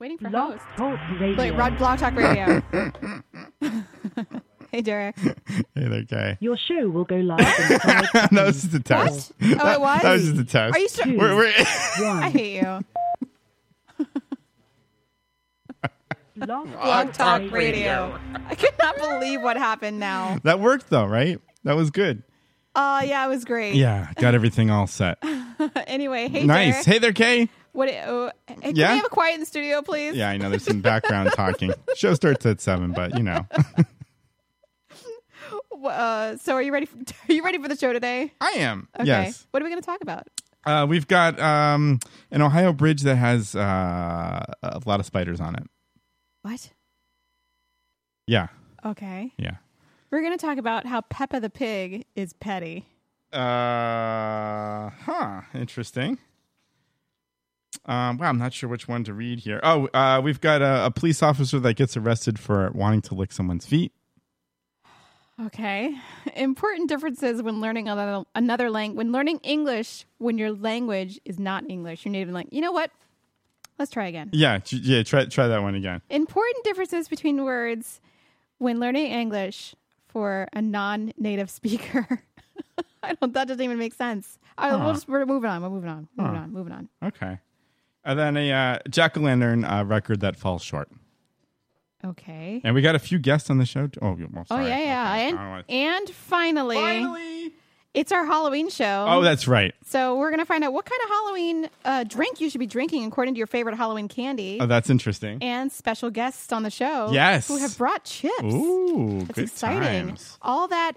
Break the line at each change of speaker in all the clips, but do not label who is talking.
Waiting for
Blog
host.
Talk Radio.
Wait, Rod Blog Talk Radio. hey, Derek.
Hey there, guy.
Your show will go live in five,
that was just a test.
What? Oh,
that,
it was?
That was just a test.
Are you sure?
Two.
We're, we're
I
one.
hate you.
Blog
Blog Talk Radio. I cannot believe what happened now.
that worked though, right? That was good.
Oh, yeah, it was great.
Yeah, got everything all set.
anyway, hey,
nice.
Derek.
Hey there, Kay.
What, oh, hey, can
Yeah?
we have a quiet in the studio, please?
Yeah, I know there's some background talking. Show starts at seven, but you know,
W- Uh, so, are you ready? For, are you ready for the show today?
I am.
Okay.
Yes.
What are we going to talk about?
Uh, we've got um, an Ohio bridge that has uh, a lot of spiders on it.
What?
Yeah,
Okay.
yeah.
We're going to talk about how Peppa the Pig is petty.
Uh, huh. Interesting. Um, wow, I'm not sure which one to read here. Oh, uh, we've got a, a police officer that gets arrested for wanting to lick someone's feet.
Okay. Important differences when learning another, another language. When learning English, when your language is not English, your native language. You know what? Let's try again.
Yeah, t- yeah. Try try that one again.
Important differences between words when learning English for a non-native speaker. I don't. That doesn't even make sense. All right, we'll just, we're moving on. We're moving on. Moving on. Moving on.
Okay. And then a uh, jack o' lantern uh, record that falls short.
Okay.
And we got a few guests on the show. T- oh, well,
Oh
sorry.
yeah, yeah.
Okay. I
And
don't wanna-
and finally,
Finally.
it's our Halloween show.
Oh, that's right.
So we're gonna find out what kind of Halloween uh, drink you should be drinking according to your favorite Halloween candy,
Oh, that's interesting.
and special guests on the show.
Yes.
who have brought chips.
Ooh,
That's
good
exciting.
times.
All that,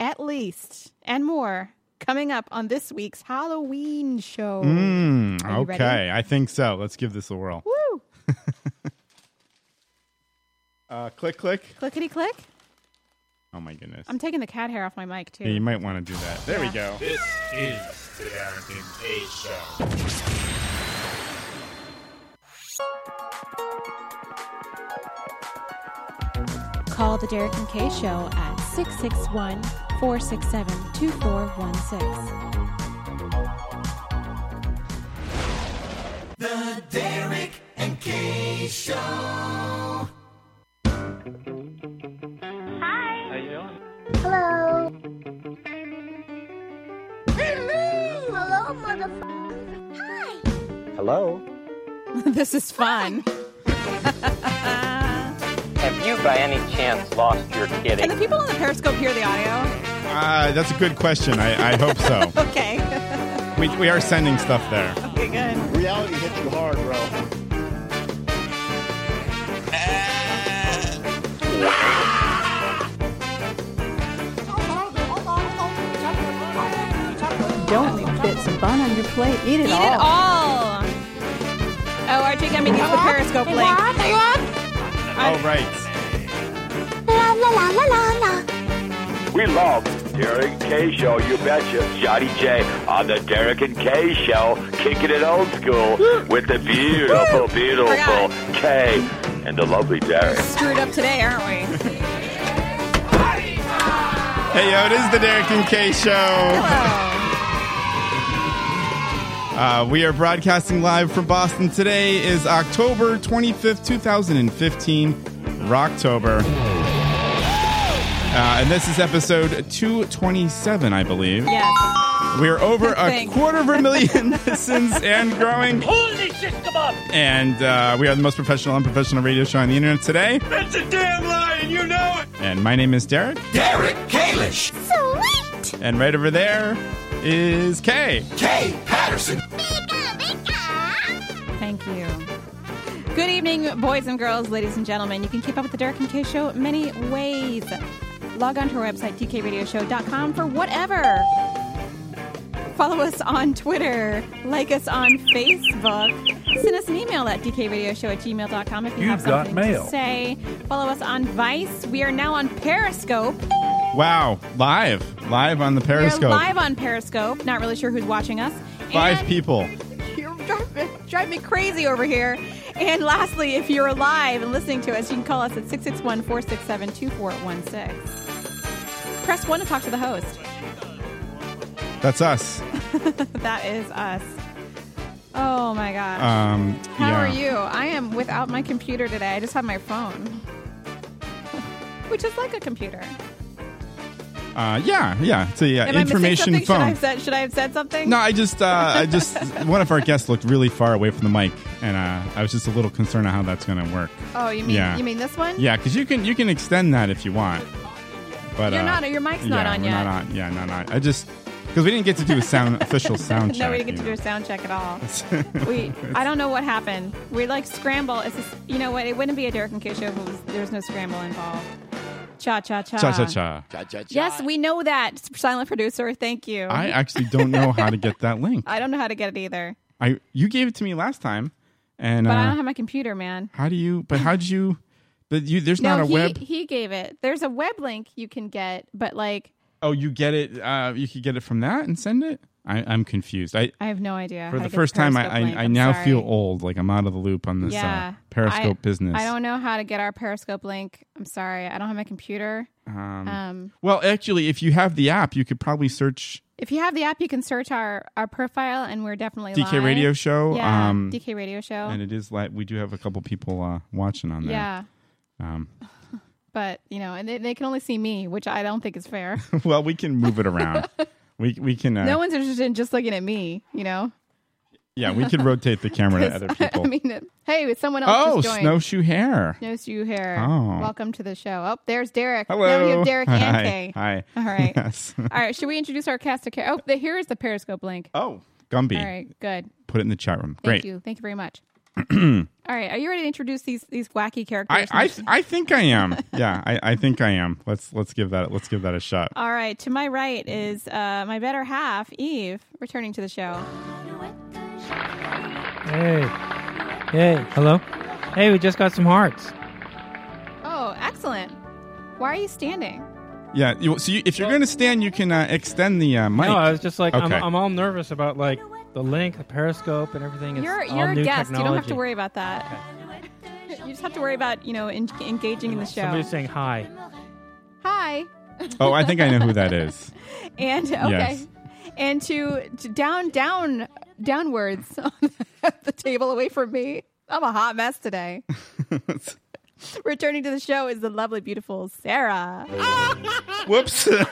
at least, and more coming up on this week's Halloween show.
Mm,
Are you ready?
okay, I think so. Let's give this a whirl.
Woo!
Uh, click, click.
Clickety click.
Oh my goodness.
I'm taking the cat hair off my mic too.
Yeah, you might want to do that. There we go.
This is the Darrington A Show.
Call the Derek and Kay Show at 661 467 2416.
Hello. Hello. Hello, motherfucker. Hi.
Hello?
this is fun.
Have you by any chance lost your
Can
kitty?
the people on the Periscope hear the audio?
Uh, that's a good question. I, I hope so.
Okay.
We, we are sending stuff there.
okay, good.
Reality hits you hard, bro.
Don't leave bits of bun on your plate. Eat it
Eat
all.
it all. Oh, RJ got me to use the Periscope link.
All right.
La la la la la la.
We love Derek and K Show, you betcha. Johnny J on the Derek and K Show, kicking it old school with the beautiful, beautiful K and the lovely Derek.
Screwed up today, aren't we?
Hey, yo, it is the Derek and Kay Show.
Hello.
Uh, we are broadcasting live from Boston. Today is October 25th, 2015, Rocktober. Uh, and this is episode 227, I believe.
Yes.
We're over a
Thanks.
quarter of a million listens and growing. Holy shit, come on! And uh, we are the most professional, unprofessional radio show on the internet today.
That's a damn lie, and you know it.
And my name is Derek.
Derek Kalish,
Sweet.
And right over there is Kay.
K Patterson.
Bika bika.
Thank you. Good evening, boys and girls, ladies and gentlemen. You can keep up with the Derek and Kay Show many ways. Log on to our website, dkradioshow.com, for whatever. Follow us on Twitter. Like us on Facebook. Send us an email at dkradioshow at gmail.com if you have
You've got
something
mail.
to say. Follow us on Vice. We are now on Periscope.
Wow, live, live on the Periscope.
We're live on Periscope. Not really sure who's watching us.
Five
And-
people.
You're driving, drive me crazy over here. And lastly, if you're alive and listening to us, you can call us at 661 467 2416. Press 1 to talk to the host.
That's us.
that is us. Oh my gosh.
Um,
How
yeah.
are you? I am without my computer today. I just have my phone, which is like a computer.
Uh, yeah, yeah. It's a uh,
Am
information
I missing something? Should I
phone.
have said? Should I have said something?
No, I just, uh, I just, one of our guests looked really far away from the mic, and uh, I was just a little concerned on how that's going to work.
Oh, you mean
Yeah.
you mean this one?
Yeah, because you can you can extend that if you want. But
You're
uh,
not- your mic's not
yeah,
on
we're
yet.
Not on. Yeah, not on. I just because we didn't get to do a sound official sound check.
No, we didn't get to do a
you
sound check at all.
know.
We, I don't know what happened. We like scramble. It's just, you know what? It wouldn't be a Derek and Kay show if it was, there was no scramble involved. Cha cha cha.
Cha cha cha.
Yes, we know that. Silent producer, thank you.
I actually don't know how to get that link.
I don't know how to get it either,
I you gave it to me last time, and
but I
uh,
don't have my computer, man.
how do you? But how did you? But you there's
no,
not a
he,
web.
he gave it. There's a web link you can get, but like
Oh, you get it. Uh, you could get it from that and send it. I, I'm confused. I
I have no idea.
for
how to
the
get
first time I
Periscope link.
I, I
I'm
now
sorry.
feel old. Like I'm out of the loop on this
Yeah,
uh, Periscope
I-
business.
I don't know how to get our Periscope link. I'm sorry, I don't have my computer.
Um,
Um,
Well, actually, if you have the app, you could probably search
if you have the app, you can search our our profile, and we're definitely
DK
live.
Radio Show.
Yeah,
um,
DK Radio Show.
and it is like we do have a couple people uh, watching on there.
yeah,
Um,
but you know, and they, they can only see me, which I don't think is fair.
well, we can move it around. we we can. Uh,
no one's interested in just looking at me, you know.
yeah, we could rotate the camera to
'Cause,
other people.
I mean, it- hey, it's someone else
oh,
just joined.
snowshoe hair.
Snowshoe hair.
Oh.
Welcome to the show. Oh, there's Derek.
Hello.
Now we have Derek
Hi.
and Kay.
Hi.
All right.
Yes.
All right. Should we introduce our cast of care? Oh, the, here is the Periscope link.
Oh, Gumby.
All right. Good.
Put it in the chat room.
Thank
Great.
you. Thank you very much. All right. Are you ready to introduce these these wacky
I,
characters?
I I think I am. Yeah, I, I think I am. Let's let's give that let's give that a shot.
All right. To my right is uh, my better half, Eve, returning to the show.
Hey. Hey. Hello. Hey, we just got some hearts.
Oh, excellent. Why are you standing?
Yeah. You, so you, if you're going to stand, you can uh, extend the uh, mic.
No, I was just like, I'm,
Okay.
I'm all nervous about like the link, the Periscope, and everything. It's
you're
all
you're a
new
guest. You don't have
technology.
to worry about that. You just have to worry about you know en- engaging in the show.
Somebody's saying hi.
Hi.
oh, I think I know who that is.
And okay.
Yes.
And to, to down, down, downwards on the table away from me. I'm a hot mess today. Returning to the show is the lovely, beautiful Sarah.
Whoops.
That's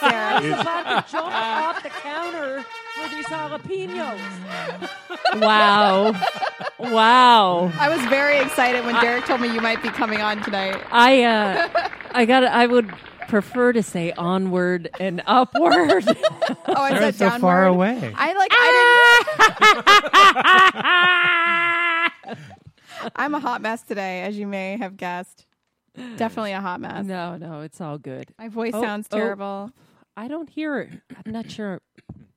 Sarah.
He's about to jump off the counter for these jalapenos.
Wow. wow.
I was very excited when Derek told me you might be coming on tonight.
I uh I got I would prefer to say onward and upward.
Oh, I
Sarah's
said
so
downward.
far away.
I like. I didn't. I'm a hot mess today, as you may have guessed. Definitely a hot mess.
no, no, it's all good.
My voice
Oh,
sounds
oh.
terrible.
I don't hear it. I'm not sure.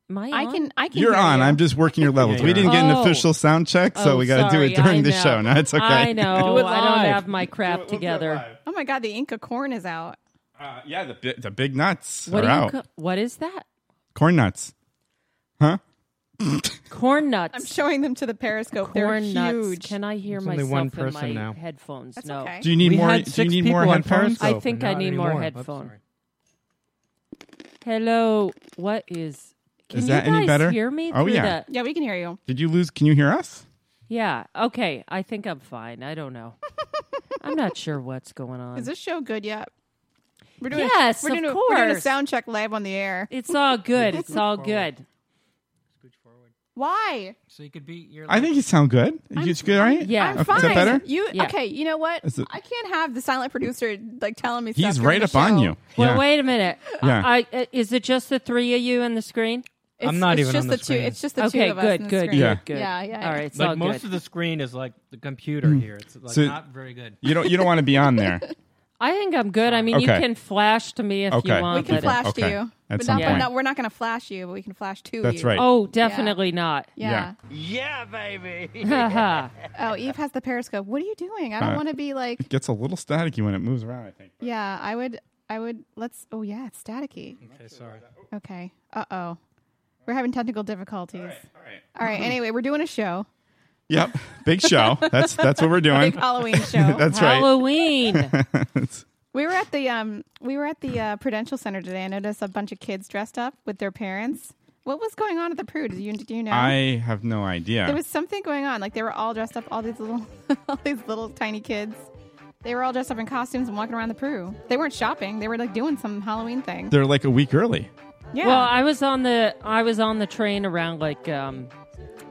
Am I
I
on?
can. I can.
You're
hear
on.
you.
I'm just working your levels.
Yeah,
we
you're
didn't get an
on.
official sound check, so
Oh,
we got to do
sorry,
it during
I
the
know.
show. No, it's okay.
I
Do
know.
it
I don't
live.
have my crap together.
Oh my god, the Inca corn is out.
Uh, yeah, the bi- the big nuts
What
are
do you
out.
co- what is that?
Corn nuts. Huh?
Corn nuts.
I'm showing them to the Periscope. They're
Corn nuts.
huge.
Can I hear
There's only
myself
one
in
person
my
now.
headphones?
That's
no.
okay.
Do you need
we
more?
Had
Do you
six
need
people
more
on
headphones?
Periscope,
I think
and
I
not
need more
anymore. Oops,
headphone.
sorry.
Hello. What is? Can
Is
you
that
guys
any better?
hear me?
Oh,
through
yeah.
the-
Yeah, we can hear you.
Did you lose? Can you hear us?
yeah. Okay. I think I'm fine. I don't know. I'm not sure what's going on.
Is this show good yet? We're
Yes,
we're doing a,
of
We're doing a
course.
sound check live on the air.
it's all good. It's all good.
Why?
So you could be. Your,
I think you sound good. It's good, right?
Yeah.
I'm
Okay,
fine.
Is that better?
You
Yeah.
okay? You know what?
Is it-
I can't have the silent producer like telling me.
He's
stuff
right
during the
up on
show.
you.
Well,
yeah.
wait a minute.
Yeah.
I, I, is it just the three of you and the screen?
It's,
I'm not
it's
even
just
on
the,
the
two.
screen.
It's just the
okay.
two of us.
good.
in the
Good.
screen.
Yeah.
Good. Good.
Yeah, yeah,
All
yeah.
right. It's all
like most
good.
of the screen is like the computer here. It's like
Hmm. So-
not very good.
You don't. You don't want to be on there.
I think I'm good. I mean, you
Okay.
can flash to me if
Okay.
you want.
We can
but- uh,
flash to
Okay.
you,
At
but
some
not,
point.
but not, we're not going to flash you, but we can flash to you.
That's right.
Oh, definitely not.
Yeah.
Haha.
Oh, Eve has the periscope. What are you doing? I don't
Uh,
want to be like.
It gets a little staticky when it moves around. I think.
Yeah, I would. I would. Let's. Oh yeah, it's staticky.
Okay, sorry.
Okay. Uh oh. We're having technical difficulties. All right.
All right.
Anyway, we're doing a show.
Yep. Big show. That's that's what we're doing.
Big Halloween show.
That's right.
Halloween.
we were at the um we were at the uh, Prudential Center today. I noticed a bunch of kids dressed up with their parents. What was going on at the Prude? Do you, do you know?
I have no idea.
There was something going on. Like they were all dressed up, all these little, all these little tiny kids. They were all dressed up in costumes and walking around the Pru. They weren't shopping. They were like doing some Halloween thing.
They're like a week early.
yeah.
Well, I was on the I was on the train around like um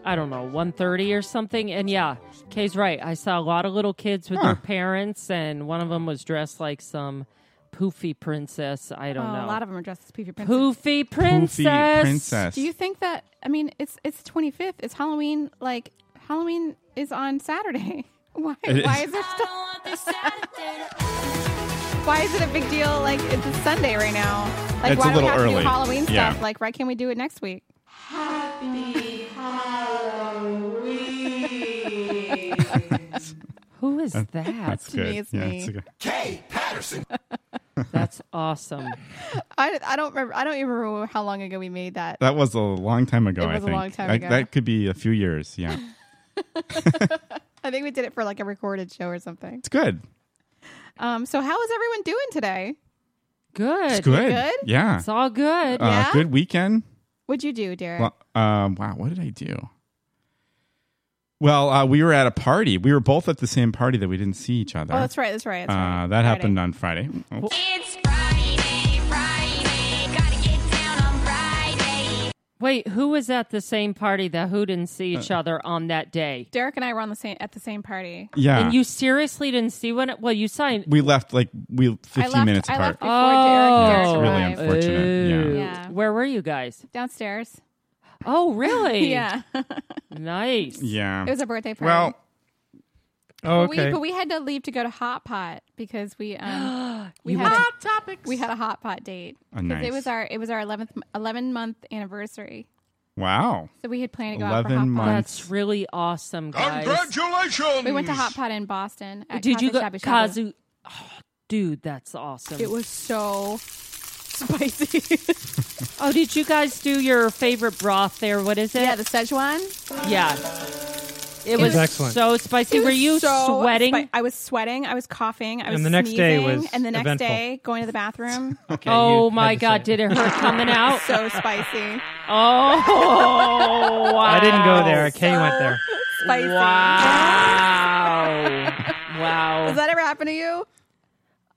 I don't know, 1:30 or something and yeah, Kay's right. I saw a lot of little kids with
Huh.
their parents and one of them was dressed like some poofy princess, I don't
Oh,
know.
A lot of them are dressed as Poofy Princess.
poofy princess.
Poofy princess.
Do you think that? I mean, it's it's 25th. It's Halloween. Like Halloween is on Saturday. Why?
It
why
is.
is there still? why is it a big deal? Like it's a Sunday right now. Like
It's
why do
a
we
little
have to
early.
do Halloween
Yeah.
stuff? Like why can't we do it next week?
Who is
Uh,
that?
That's good.
me, it's
yeah,
me.
it's a good-
That's awesome.
I, I don't remember. I don't even remember how long ago we made that.
That was a long time ago.
It was
I
a
think
long time
Like,
ago.
That could be a few years. Yeah,
I think we did it for like a recorded show or something.
it's good.
Um, so how is everyone doing today?
Good.
It's good.
good?
Yeah.
It's all good.
Uh,
Yeah?
Good weekend.
What'd you do, Derek?
Well, um, wow, what did I do? Well, uh, we were at a party. We were both at the same party that we didn't see each other.
oh, that's right. That's right. That's right.
Uh, that happened on Friday. Oh,
It's Friday, Friday. Gotta get down on Friday.
Wait, who was at the same party that who didn't see each
Uh,
other on that day?
Derek and I were on the same at the same party.
yeah.
And you seriously didn't see one? Well, you saw him.
we left like we 15
I left,
minutes
I
apart.
left before
Oh.
Derek,
It's
Derek
really
arrived.
Fortunate,
Ooh.
yeah. Yeah.
Where were you guys?
Downstairs.
Oh, really?
Yeah. it
Nice.
yeah.
was a birthday party.
well,
Oh,
But we,
okay.
but we had to leave to go to Hot Pot because we um we had hot topics. We had a Hot Pot date
Oh,
because
nice.
it was our it was our eleventh eleven month anniversary.
wow.
So we had planned to go out
11
for Hot Pot.
months.
That's really awesome, guys.
Congratulations!
We went to Hot Pot in Boston. At
Did you go,
Kazu Shabu Shabu.
Kazu? Oh, dude, that's awesome.
It was so spicy.
oh, did you guys do your favorite broth there? What is it?
yeah, the Szechuan.
Yeah. It,
was
was,
excellent.
so spicy.
It
Were
was
you
so
sweating?
spi- I was sweating. I was coughing. I was
And the next day
sneezing,
was
and the next
eventful.
day going to the bathroom.
Okay, you
oh
had
my
to
god,
say
did it hurt coming out?
so spicy,
Oh, wow.
I didn't go there. Kay went there.
spicy.
Wow.
Has that ever happened to you?
wow.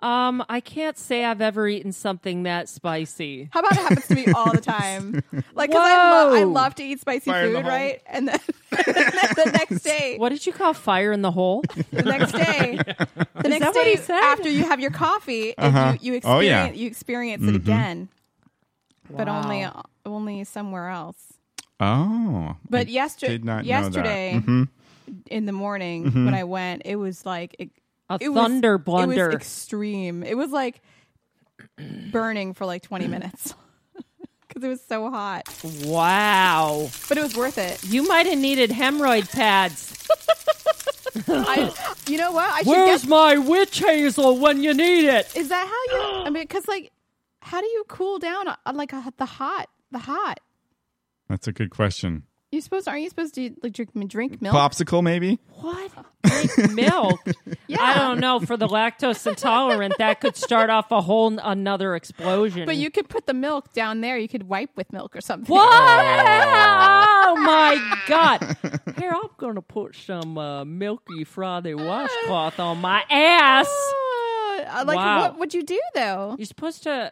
Um, I can't say I've ever eaten something that spicy.
How about it happens to me all the time? Like, because I, lo- I
Whoa.
love to eat spicy
Fire in the
food,
hole.
right? And then the next day,
What did you call fire in the hole?
the next day, the next
that
day
what he said?
after you have your coffee, and
Uh-huh.
you, you experience
Oh, yeah.
you experience it again, but
Mm-hmm. Wow.
only only somewhere else.
Oh.
But
I
yester-
did not know that. Mm-hmm.
yesterday
Mhm.
in the morning when I went, it was like it,
A
it
thunder
was, It
blunder.
was extreme. It was like burning for like twenty minutes because it was so hot,
Wow.
but it was worth it.
You might have needed hemorrhoid pads.
I, you know what? I should
Where's
get.
my witch hazel when you need it?
Is that how you? I mean, because like, how do you cool down on like a, the hot? The hot.
That's a good question.
You supposed? Aren't you supposed to like drink drink milk?
Popsicle maybe?
What? Drink milk?
Yeah.
I don't know. For the lactose intolerant, that could start off a whole n- another explosion.
But you could put the milk down there. You could wipe with milk or something.
What? Oh my God. Here, I'm going to put some uh, milky Friday washcloth on my ass.
Ah, like,
Wow.
what would you do though?
You're supposed to.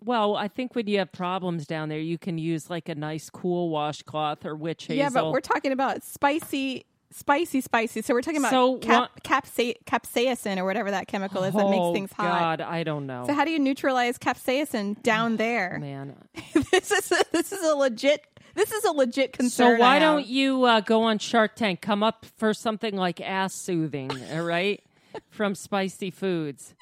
Well, I think when you have problems down there, you can use like a nice cool washcloth or witch hazel.
Yeah, but we're talking about spicy, spicy, spicy. So we're talking about
So
cap, capsa- capsaicin or whatever that chemical is that makes
Oh,
things hot.
God, I don't know.
So how do you neutralize capsaicin down there?
Man.
this is a, this is a legit this is a legit concern.
So why
I have.
don't you uh, go on Shark Tank? Come up for something like ass soothing, all right? From spicy foods.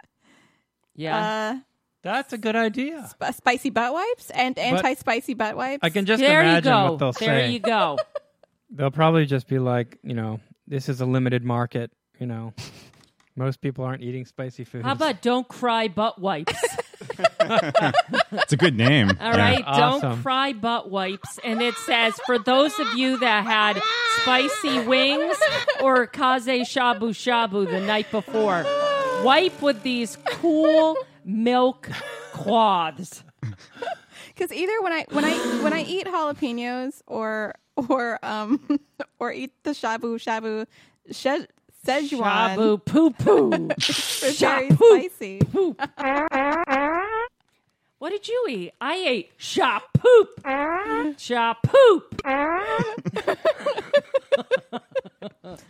Yeah.
uh,
That's a good idea.
sp- spicy butt wipes and anti-spicy butt wipes?
I can just
there you
imagine
go.
what they'll
there
say.
you go.
They'll probably just be like, you know, this is a limited market. You know, most people aren't eating spicy foods.
How about don't cry butt wipes?
It's a good name.
All
Yeah.
right,
Awesome.
don't cry butt wipes. And it says for those of you that had spicy wings or kaze shabu shabu the night before, wipe with these cool milk cloths.
because either when I when I when I eat jalapenos or or um or eat the shabu shabu she- Szechuan,
Shabu poo poo.
they're very spicy.
What did you eat? I ate sha poop. Sha poop.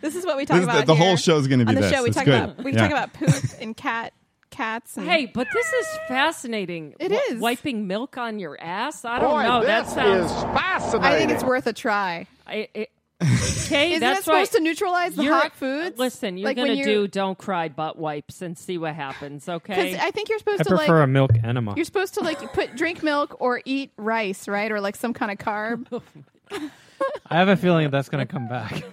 This is what we talk
This is
about.
the, the
here.
whole show's going to be
on the
this.
show. We
It's
talk
good.
about we
Yeah.
talk about poop and cat cats. And,
Hey, but this is fascinating.
It
It is
is.
wiping milk on your ass. I don't know. That sounds.
I think it's worth a try.
I, it, okay,
Isn't
that's
it supposed
why
to neutralize the
you're-
hot foods?
Listen, you're
Like, when
gonna do don't cry butt wipes and see what happens.
because
Okay.
I think you're supposed
I
to like
prefer a milk enema.
you're supposed to like put drink milk or eat rice, right, or like some kind of carb.
I have a feeling that's going to come back.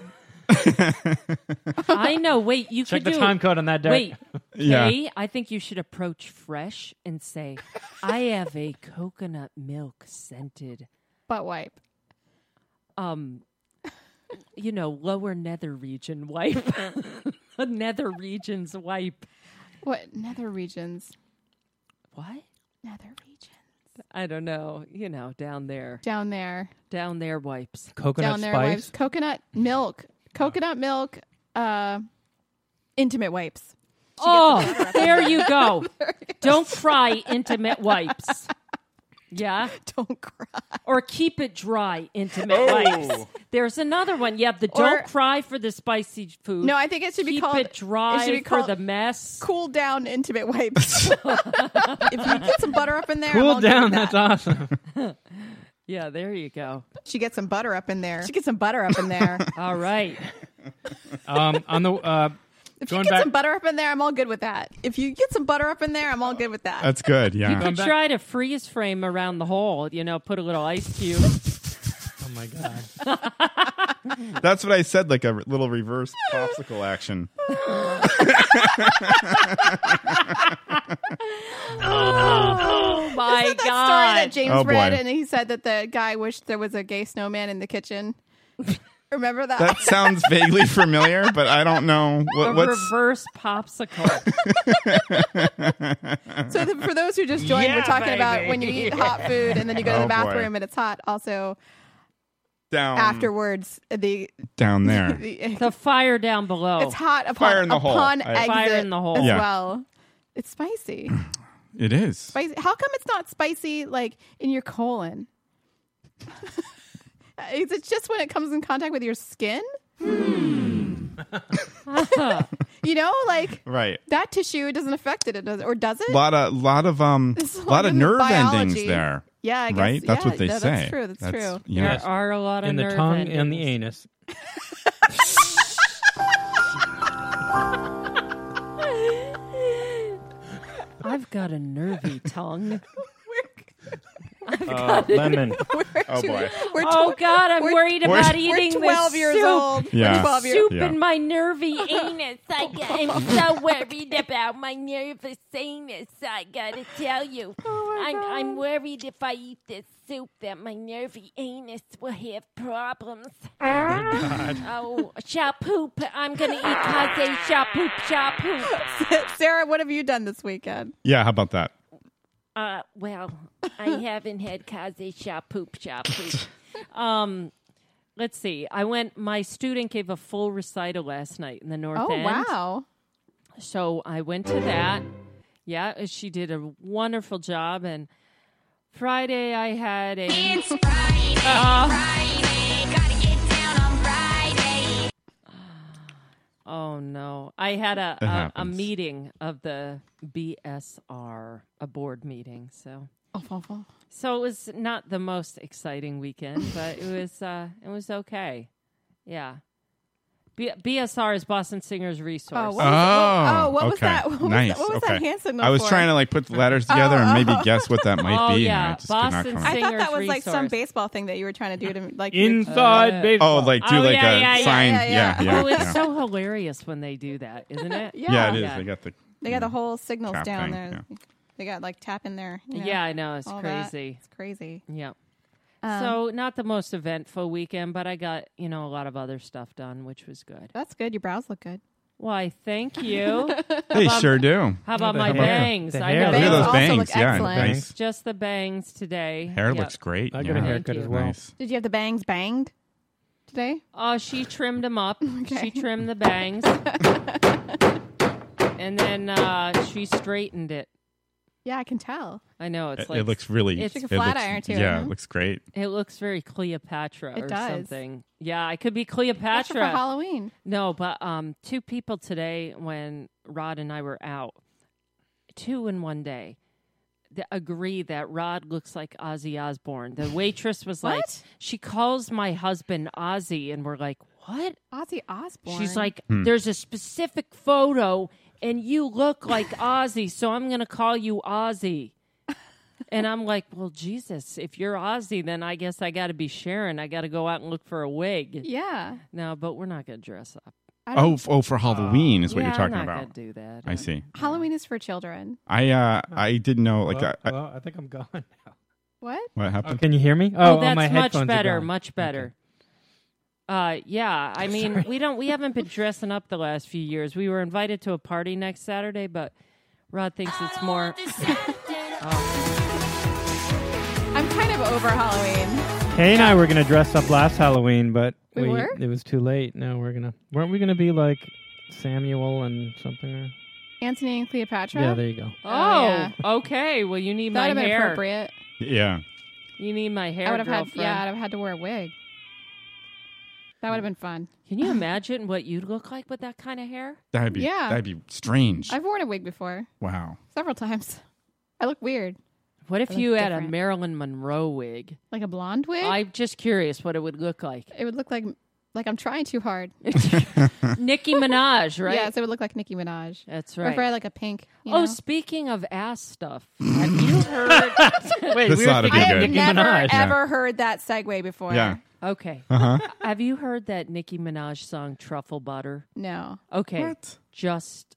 I know. Wait, you
Check
could
the
do.
time code on that, Derek.
Wait,
Yeah.
Kay, I think you should approach fresh and say, "I have a coconut milk scented,
Butt wipe.
um, you know, lower nether region wipe, a nether regions wipe."
What nether regions?
What?
Nether region
I don't know. You know, down there,
down there,
down there wipes.
Coconut
down there.
spice.
Wipes. Coconut milk, coconut milk, uh, intimate wipes.
Oh, there you go. Don't cry intimate wipes. Yeah.
Don't cry.
Or keep it dry intimate wipes. There's another one. You have the
Or-
don't cry for the spicy food.
No, I think it should be
keep
called
it dry
it should be
for
called
the mess.
cool down intimate wipes. if you get some butter up in there, I'm all
Cool
good with
down.
That.
That's awesome.
Yeah, there you go.
She gets some butter up in there. She gets some butter up in there.
All right.
Um, on the uh,
if you
going
get
back,
some butter up in there, I'm all good with that. If you get some butter up in there, I'm all good with that.
That's good.
You
Yeah.
could
back-
try to freeze frame around the hole, you know, put a little ice cube.
oh my god,
That's what I said, like a little reverse popsicle action.
oh my
Isn't that
god.
story that James
Oh, boy.
read, and he said that the guy wished there was a gay snowman in the kitchen. Remember that?
That sounds vaguely familiar, but I don't know
a
what, what's.
reverse popsicle.
so the, for those who just joined, we're talking about when you eat hot food and then you go to
Oh,
the
boy. Um,
bathroom and it's hot. Also,
Down
afterwards, the,
down there.
the
the fire down below.
It's hot upon,
Fire in the hole.
upon
I-
exit
Oh. Fire in the hole.
as
Yeah.
well. It's spicy.
It is.
spicy. How come it's not spicy like in your colon? Is it just when it comes in contact with your skin? you know, like
Right.
that tissue it doesn't affect it, it does or does it?
A lot of lot of um
It's a
lot
lot
of
of
nerve endings
biology.
there.
yeah, I guess,
right? That's
yeah,
what they
no,
say.
That's true. That's, true.
You
there are a lot of
in the
nerve
tongue and the
endings.
anus.
I've got a nervy tongue.
Uh,
lemon.
oh boy.
We're
oh
tw-
God, I'm
we're-
worried
we're-
about
we're
eating
12
this
years
soup.
old.
Yeah.
We're 12 years
Soup
Yeah.
in my nervy anus.
I got, I'm so worried about my nervous anus. I gotta tell you, I'm I'm worried if I eat this soup that my nervy anus will have problems.
Oh, shop poop. I'm gonna eat kaze shop poop shop poop.
Sarah, what have you done this weekend?
Yeah, how about that?
Uh, well, I haven't had kaze shop poop shop poop. Um, let's see. I went. My student gave a full recital last night in the North
Oh
End.
wow.
So I went to that. Yeah, uh, she did a wonderful job. And Friday I had a.
It's Friday,
Uh,
Friday, gotta get down on Friday.
oh no, I had a a,
It
a
happens.
meeting of the BSR, a board meeting. So
Oh, oh, oh.
so it was not the most exciting weekend, but it was uh it was okay. Yeah. B- BSR is Boston Singers Resource.
Oh, what was, oh, what was
okay.
that? What was,
nice.
that? What was
okay.
that hand signal
I was
for?
trying to like put the letters together and maybe
oh.
guess what that might
Oh,
be. and
yeah.
I just could not
Boston
come up-
Sing-
I thought that was
Singers
like some
resource.
baseball thing that you were trying to do to like make-
Inside
Uh,
baseball.
Oh, like do
Oh,
like
yeah,
a
yeah, yeah,
sign.
yeah, yeah.
yeah.
oh, it's so hilarious when they do that, isn't it?
yeah,
Yeah, it is.
Yeah.
They got the
They got the whole signals
Tap
down
thing,
there. They got like tap in there. you
Yeah,
know,
I know. It's
all that. Um,
crazy.
It's crazy.
Yeah. so not the most eventful weekend, but I got you know a lot of other stuff done, which was good.
That's good. Your brows look good.
Why, thank you. How
They
about-
sure do.
How about
Yeah,
my
the-
bangs?
the
I
hair
have
Look at those
also
bangs.
look
yeah,
excellent.
bangs.
just the bangs today.
Hair
Yep.
looks great.
I got
yeah.
a haircut as well.
Nice.
Did you have the bangs banged today?
Oh, she trimmed them up.
Okay.
She trimmed the bangs. and then uh, she straightened it.
Yeah, I can tell.
I know
It,
it's
it
like
looks really.
It's like
a
it
flat
looks-
iron, too,
Yeah,
huh?
it looks great.
it looks very Cleopatra
It
or
does.
something. Yeah, I could be
That's for
Cleopatra.
Halloween.
No, but um, two people today when Rod and I were out, two in one day, that agree that Rod looks like Ozzy Osbourne. The waitress was like,
What?
she calls my husband Ozzy, and we're like, what?
Ozzy Osbourne.
She's like,
Hmm.
there's a specific photo, and you look like Ozzy, so I'm going to call you Ozzy. And I'm like, well, Jesus, if you're Ozzy, then I guess I got to be Sharon. I got to go out and look for a wig.
yeah.
No, but we're not going to dress up.
I don't-
Oh, f- oh, for Halloween is what
Yeah,
you're talking
I'm not
about.
Gonna do that.
I see.
Halloween is for children.
I uh, I didn't know. Like,
Hello?
I, I,
Hello? I think I'm gone now.
What?
what
Oh,
happened?
can you hear me?
Oh,
Oh, all
that's
my
much
headphones are
better.
gone.
Much better. Uh, yeah. I mean, we don't. We haven't been dressing up the last few years. We were invited to a party next Saturday, but Rod thinks it's more.
I'm kind of over Halloween.
Kay and I were gonna dress up last Halloween, but
We were?
it was too late. No, we're gonna weren't we gonna be like Samuel and something? Or,
Anthony and Cleopatra.
yeah, there you go.
Oh,
yeah.
okay. Well, you need
that would have
my
been
hair.
appropriate.
Yeah.
You need my hair,
I would have had.
girlfriend.
Yeah, I'd have had to wear a wig. That would have been fun.
Can you imagine what you'd look like with that kind of hair?
That'd be
Yeah.
that'd be strange.
I've worn a wig before
wow.
several times. I look weird,
What if
look
you had a
different.
Marilyn Monroe wig?
like a blonde wig.
I'm just curious what it would look like.
it would look like like I'm trying too hard.
Nicki Minaj, right?
Yes, it would look like Nicki Minaj.
That's
Or
right.
if I had like a pink. you
Oh,
know?
speaking of ass stuff, have you heard?
Wait,
This we were oughta be
I
thinking
have
good. Nicki
never
yeah.
ever heard that segue before.
Yeah.
Okay,
Uh huh.
have you heard that Nicki Minaj song "Truffle Butter"?
No.
Okay, just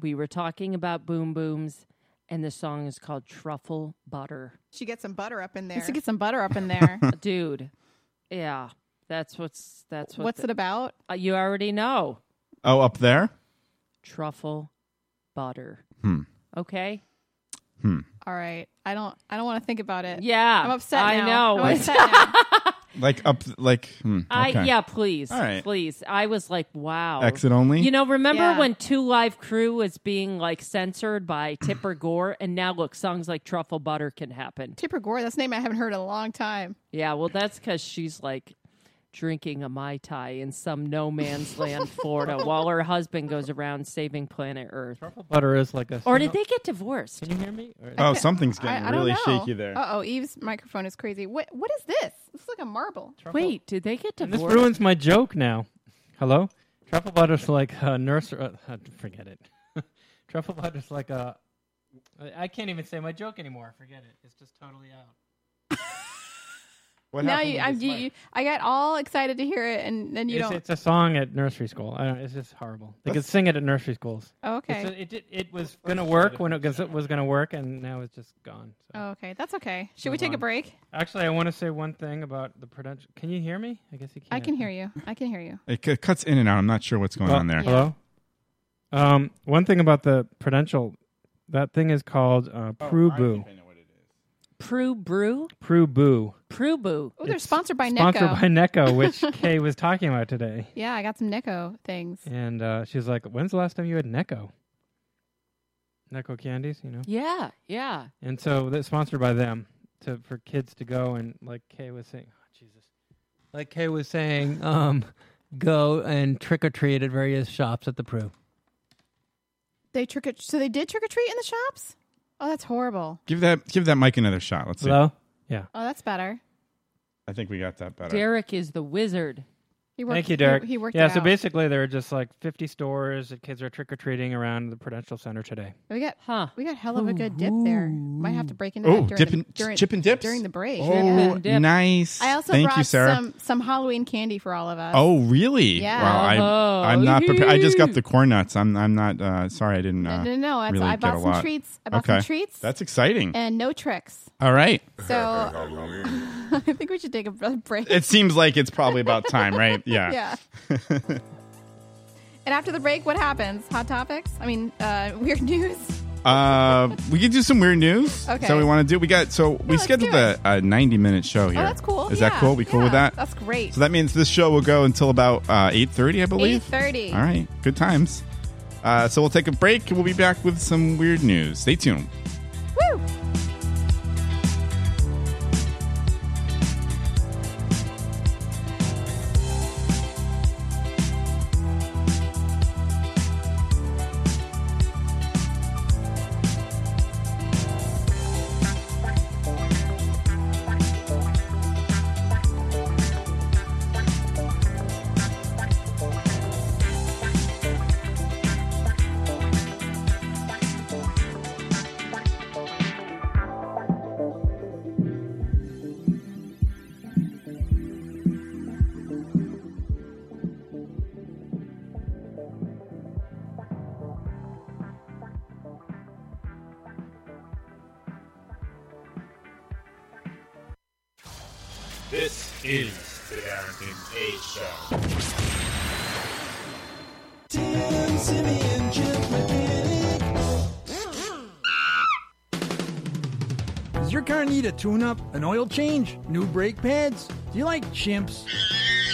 we were talking about boom booms, and the song is called "Truffle Butter."
She gets some butter up in there.
Needs to get some butter up in there.
Dude, yeah, that's what's that's what
What's it about?
uh, you already know.
Oh, up there.
Truffle butter.
Hmm.
Okay.
All right. I don't. I don't want to think about it.
Yeah,
I'm upset.
I
now.
know.
I'm upset now.
Like up. Like. Hmm,
I
okay.
yeah, please,
All right.
please. I was like, wow.
Exit only.
You know, remember
Yeah.
when Two Live Crew was being like censored by Tipper Gore, and now look, songs like Truffle Butter can happen.
Tipper Gore. That's a name I haven't heard in a long time.
Yeah, well, that's because she's like drinking a mai tai in some no man's land, Florida, while her husband goes around saving planet Earth.
Butter is like a.
Or did they get divorced?
Can you hear me? Or-
oh, something's getting
I, I
really
don't know.
shaky there.
Uh oh, Eve's microphone is crazy. What what is this? This is like a marble.
Wait, did they get
this
divorced?
ruins my joke now. Hello, truffle butter's like a nurse. Uh, uh, forget it. truffle butter's like a. I- I can't even say my joke anymore. Forget it. It's just totally out.
What
Now
happened
you,
with
I,
this
you,
mic?
you, I got all excited to hear it, and then you
it's,
don't.
it's a song at nursery school. I don't, it's just horrible. They could
That's-
sing it at nursery schools.
oh,
It's
okay.
a- it, did- it was going to work when it was, it was going to work, and now it's just gone. So.
Oh, okay. That's okay. Should we
Move
take a
on.
break?
Actually, I want to say one thing about the production. Can you hear me? I guess you can.
I can hear you. I can hear you.
It cu- cuts in and out. I'm not sure what's going on there.
Hello. Um, one thing about the prudential, that thing is called uh, Prubu.
Prue Brew?
Prubu,
Prue Boo.
Oh, they're
It's
sponsored by
sponsored
Necco.
by Necco, which Kay was talking about today.
yeah, I got some Necco things.
And uh, she's like, "When's the last time you had Necco? Necco candies, you know."
Yeah, yeah.
And so that's sponsored by them to for kids to go and like Kay was saying, oh, Jesus, like Kay was saying, um, go and trick or treat at various shops at the Prue.
They trick or so they did trick or treat in the shops. Oh, that's horrible.
Give that give that mic another shot. Let's see.
Hello, yeah.
Oh, that's better.
I think we got that better.
Derek is the wizard.
He worked,
Thank you, Derek.
He, he worked.
Yeah,
it
so
out.
basically there are just like 50 stores that kids are trick or treating around the Prudential Center today.
we got
Huh.
we got hell of a good dip there. Might have to break into
Oh,
that during
dip
the,
and-
during,
chip and dips?
during the break.
Oh,
and dip.
nice.
I also
Thank
brought
you, Sarah.
some some Halloween candy for all of us.
Oh, really?
Yeah. Uh-huh.
Wow.
Oh.
I, I'm not prepared. I just got the corn nuts. I'm I'm not. Uh, sorry, I didn't.
no,
Uh,
no, no! That's,
really
I
get
bought
a
some
lot.
treats. I bought
okay.
some treats
That's exciting.
and no tricks.
All right.
So I think we should take a break.
It seems like it's probably about time, right? Yeah.
yeah. And after the break, what happens? Hot topics? I mean, uh, weird news?
Uh, we could do some weird news.
Okay.
So we want to do. We got. So we scheduled a, a ninety-minute show here.
Oh, that's cool.
Is
Yeah.
that cool? We cool with
Yeah.
that?
That's great.
So that means this show will go until about uh, eight thirty, I believe.
8:30.
All right. Good times. Uh, so we'll take a break. and We'll be back with some weird news. Stay tuned.
Woo!
This is the Darrington K Show.
Does your car need a tune-up, an oil change, new brake pads? Do you like chimps?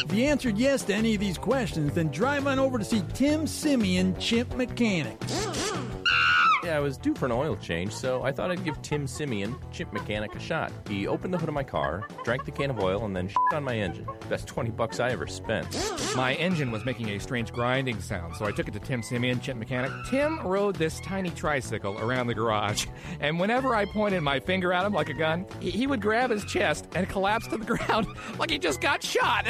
If you answered yes to any of these questions, then drive on over to see Tim Simeon, Chimp Mechanic.
Yeah, I was due for an oil change, so I thought I'd give Tim Simeon, chip mechanic, a shot. He opened the hood of my car, drank the can of oil, and then shit on my engine. That's 20 bucks I ever spent.
My engine was making a strange grinding sound, so I took it to Tim Simeon, chip mechanic. Tim rode this tiny tricycle around the garage, and whenever I pointed my finger at him like a gun, he- he would grab his chest and collapse to the ground like he just got shot.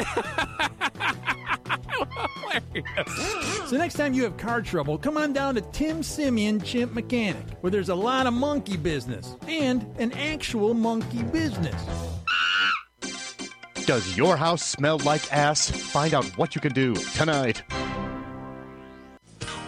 So next time you have car trouble, come on down to Tim Simeon Chimp Mechanic, where there's a lot of monkey business and an actual monkey business.
Does your house smell like ass? Find out what you can do tonight.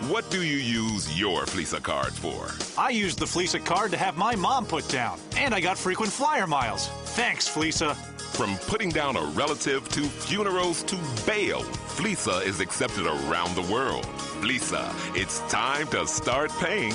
What do you use your Fleesa card for?
I used the Fleesa card to have my mom put down, and I got frequent flyer miles. Thanks, Fleesa.
From putting down a relative to funerals to bail, Fleesa is accepted around the world. Fleesa, it's time to start paying.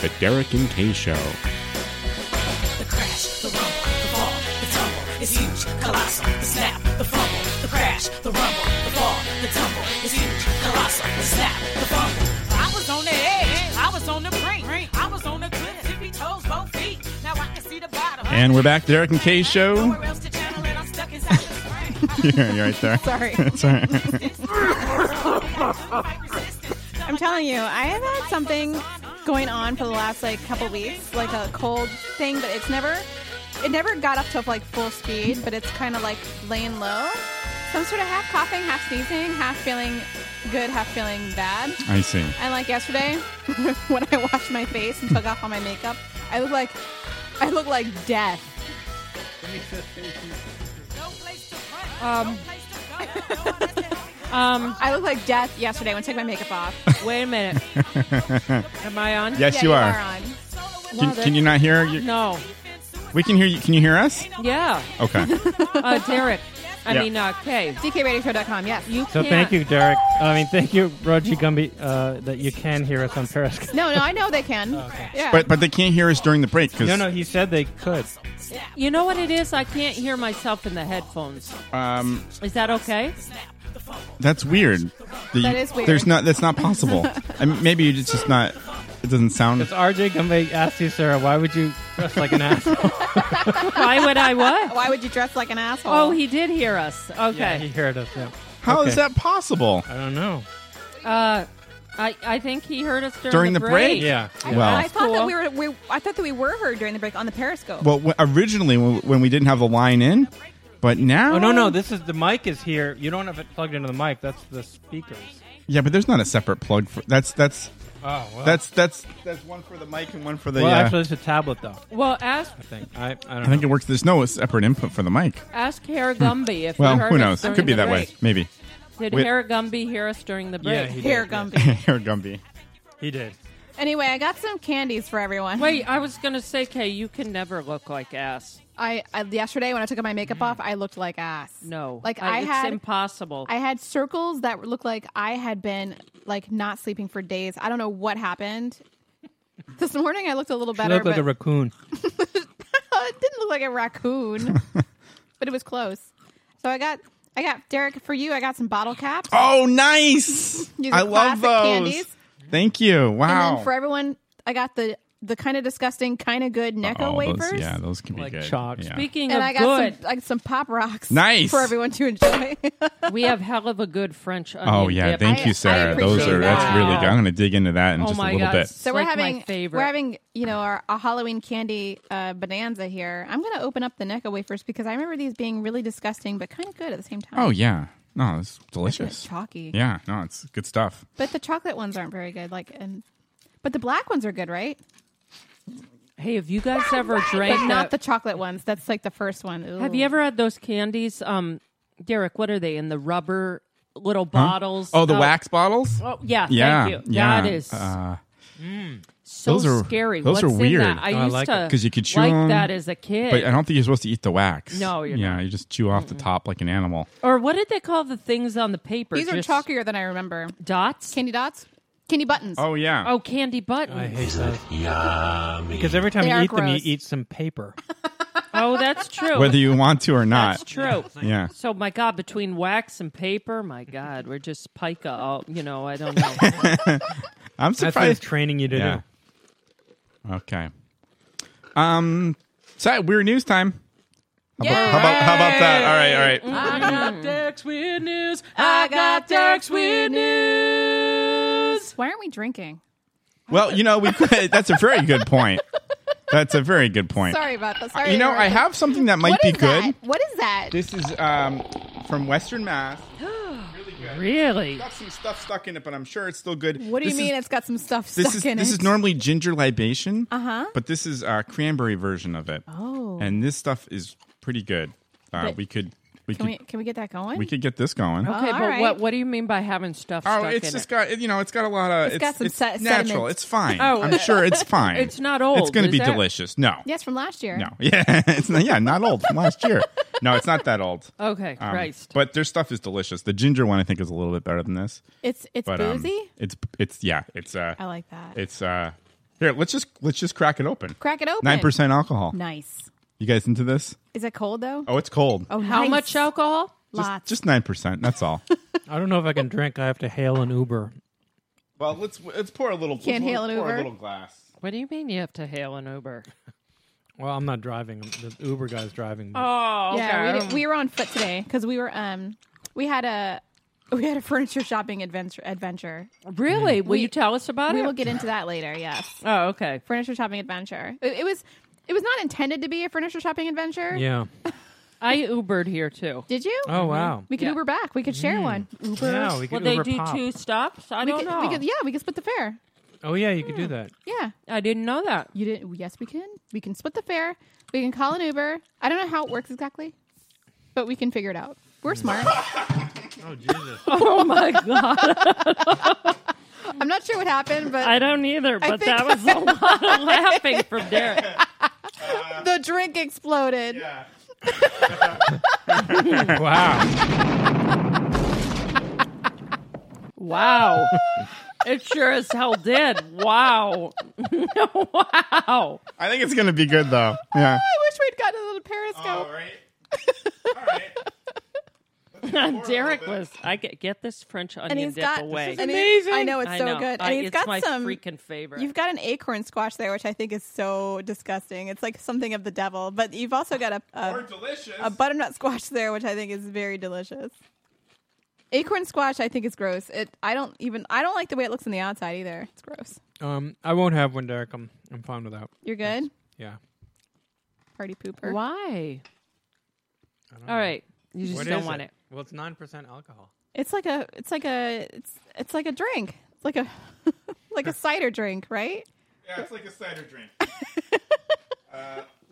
The Derek and Kay Show.
The crash, the rumble, the fall, the tumble is huge, colossal. The snap, the fumble, the crash, the rumble, the fall, the tumble is huge, colossal. The snap, the fumble. I was on the edge, I was on the brink, I was on the cliff, tippy toes, both feet. Now I can see the bottom.
And we're back, Derek and Kay Show.
Nowhere else to channel it, I'm stuck inside the
You're you're right there.
Sorry.
Sorry.
I'm telling you, I have had something going on for the last like couple weeks, like a cold thing, but it's never, it never got up to like full speed, but it's kind of like laying low. So I'm sort of half coughing, half sneezing, half feeling good, half feeling bad.
I see.
And like yesterday, when I washed my face and took off all my makeup, I look like, I look like death.
Um,
um, I look like death yesterday when I took my makeup off.
Wait a minute. Am I on?
Yes, you are.
on.
Can, can you not hear? You,
No.
We can hear you. Can you hear us?
Yeah.
Okay.
uh, Derek. I
Yeah.
mean, uh, Kay.
DKRadioshow.com, yes.
You
So
can't.
thank you, Derek. I mean, thank you, Roji Gumby, uh, that you can hear us on Periscope.
No, no, I know they can. Yeah.
But but they can't hear us during the break because
No, no, he said they could.
You know what it is? I can't hear myself in the headphones.
um,
Is that okay?
that's weird. The-
That is weird.
There's not. That's not possible. I mean, maybe you just just not. It doesn't sound.
It's RJ Gumby asked you, Sarah, why would you dress like an asshole?
Why would I what?
Why would you dress like an asshole?
Oh, he did hear us.
Yeah,
Okay.
he heard us. Yeah.
How is
Okay.
that possible?
I don't know.
Uh, I I think he heard us during,
During
the,
the break? Yeah.
I,
Well-
I thought that we were. We, I thought that we were heard during the break on the Periscope.
Well, w- originally when when we didn't have the line in, But now,
Oh no no! This is the mic is here. You don't have it plugged into the mic. That's the speakers.
yeah, but there's not a separate plug for that's that's
Oh, well.
that's that's that's one for the mic and one for the.
well,
uh,
actually, it's a tablet though.
Well, ask
I think I I don't
I
know.
think it works. There's no separate input for the mic.
ask Hair Gumby if
Hmm. well,
you heard
who
us
knows? It
during
could be
the
that way.
break.
Maybe.
Did
Wait.
Hair Gumby hear us during the break?
Yeah, he did, Hair yeah.
Hair Gumby.
He did.
Anyway, I got some candies for everyone.
Wait, I was gonna say, Kay, you can never look like ass.
I, I yesterday when I took my makeup off, I looked like ass.
No,
Like I
it's
had-
impossible.
I had circles that looked like I had been like not sleeping for days. I don't know what happened. This morning I looked a little
She
better,
looked
but
like a raccoon.
it didn't look like a raccoon, but it was close. So I got, I got Derek for you. I got some bottle caps.
Oh, nice!
These
I
are
love
classic
those.
candies.
Thank you. Wow.
And then for everyone, I got the the kind of disgusting, kind of good Necco
Oh, those-
wafers.
yeah, those can be
Like
good.
chalks.
Yeah.
Speaking
and
of
I got
good,
some like some pop rocks.
Nice.
for everyone to enjoy.
we have hell of a good French. Onion
Oh yeah,
dip.
thank
I- I
you, Sarah. Those
appreciate
are that's
that.
really good. I'm going to dig into that in
Oh
just a
my
little
God.
bit.
So
It's
we're
like my
having
favorite.
we're having you know our, a Halloween candy uh, bonanza here. I'm going to open up the Necco wafers because I remember these being really disgusting but kind of good at the same time.
Oh yeah, no, it's delicious.
chalky.
Yeah, no, it's good stuff.
But the chocolate ones aren't very good. Like and but the black ones are good, right?
Hey, have you guys ever drank?
But not
that-
the chocolate ones. That's like the first one. Ooh.
Have you ever had those candies, um, Derek? What are they in the rubber little bottles? Uh,
Oh, the wax bottles.
Oh yeah,
yeah,
thank you.
yeah.
That is
Uh,
so
those are
scary.
Those
What's
are
in
weird.
that? Oh, I used to
because you could chew
like
on-
that as a kid.
but I don't think you're supposed to eat the wax.
No, you're
yeah, you just chew off the top like an animal.
Or what did they call the things on the paper?
These are
Just
chalkier than I remember.
dots.
Candy dots, candy buttons.
Oh yeah.
Oh, candy buttons.
I hate those. uh, Because every time
They
you
are
eat them, you
gross.
eat some paper.
Oh, that's true.
Whether you want to or not.
That's true.
Yeah.
So my God, between wax and paper, my God, we're just pica. All you know, I don't know.
I'm
That's what
surprised.
it's training you to
Yeah. Okay. Um. So weird news time. How about, how about how about that? All right, all right.
I got Derek's weird news. I got Derek's weird news.
Why aren't we drinking? Mm-hmm.
Well, you know, we could, that's a very good point. That's a very good point.
Sorry about that. Sorry.
you know, I
everyone.
have something that might
What
be
is
good.
that? What is that?
This is um, from Western Mass. really good.
Really?
Got some stuff stuck in it, but I'm sure it's still good.
What do you
This
mean
Is,
it's got some stuff
this
stuck
is
in
this
it?
is normally ginger libation,
Uh-huh.
but this is a cranberry version of it.
Oh.
And this stuff is pretty good. Uh,
But-
we could we
Can we
could
can we get that going?
we could get this going.
Oh,
Okay,
all
but
right.
what what do you mean by having stuff
Oh,
stuck
it's
in
just
it?
got you know, it's got a lot of
It's got some
it's
se-
natural.
sediment.
It's fine.
Oh,
I'm sure it's fine.
it's not old,
It's going to
is it?
be delicious. No.
Yes, from last year.
No. Yeah. It's not, yeah, not old from last year. No, it's not that old.
Okay,
Um,
Christ.
But their stuff is delicious. The ginger one I think is a little bit better than this.
It's it's
But um,
boozy.
it's it's yeah, it's uh
I like that.
it's uh here, let's just let's just crack it open.
Crack it open.
9% alcohol.
Nice.
You guys into this?
Is it cold though?
Oh, it's cold.
Oh,
How
nice.
much alcohol?
Lots.
Just 9%, that's all.
I don't know if I can drink. I have to hail an Uber.
well, let's let's pour a little
Can't
let's
hail it
pour
over.
a little glass.
What do you mean you have to hail an Uber?
Well, I'm not driving. The Uber guy's driving. but-
Oh,
Yeah, we, did- we were on foot today because we were um we had a we had a furniture shopping adventure adventure.
Oh,
really? Will
We-
you tell us about
we
it?
will get into that later. Yes,
oh, okay.
furniture shopping adventure. It, it was it was not intended to be a furniture shopping adventure.
yeah.
I Ubered here too.
Did you? Mm-hmm.
Oh wow.
We could
Yeah.
Uber back. We could
Mm.
share one. Uber.
Yeah, we could
Well, they
Uber
do
pop.
two stops. I
We
don't
could,
know.
we could- yeah, we could split the fare.
Oh yeah, you could do that.
Yeah.
I didn't know that.
You didn't? Yes, we can. We can split the fare. We can call an Uber. I don't know how it works exactly, but we can figure it out. We're
Mm.
smart.
Oh Jesus.
Oh my god!
I'm not sure what happened, but
I don't either.
I
But
think-
that was a lot of laughing from Derek.
the drink exploded.
wow.
Wow. it sure as hell did. Wow. wow.
I think it's going to be good though. Yeah.
I wish we'd gotten a little Periscope.
right.
Derek was. I get get this French onion
and he's
dip
got
away.
and he- I know it's
I
so
know.
good. And
I-
he's
it's
got
my
some
freaking favorite.
You've got an acorn squash there, which I think is so disgusting. It's like something of the devil. But you've also got a a,
delicious.
a butternut squash there, which I think is very delicious. Acorn squash, I think is gross. It, I don't even, I don't like the way it looks on the outside either. It's gross.
Um, I won't have one, Derek. I'm I'm fine without.
You're good,
Yeah.
Mm. party pooper.
Why? All right. You just
What
don't
is
want it.
Well, it's nine percent alcohol.
It's like a it's like a it's it's like a drink. It's like a like a cider drink, right?
Yeah, it's like a cider drink. uh,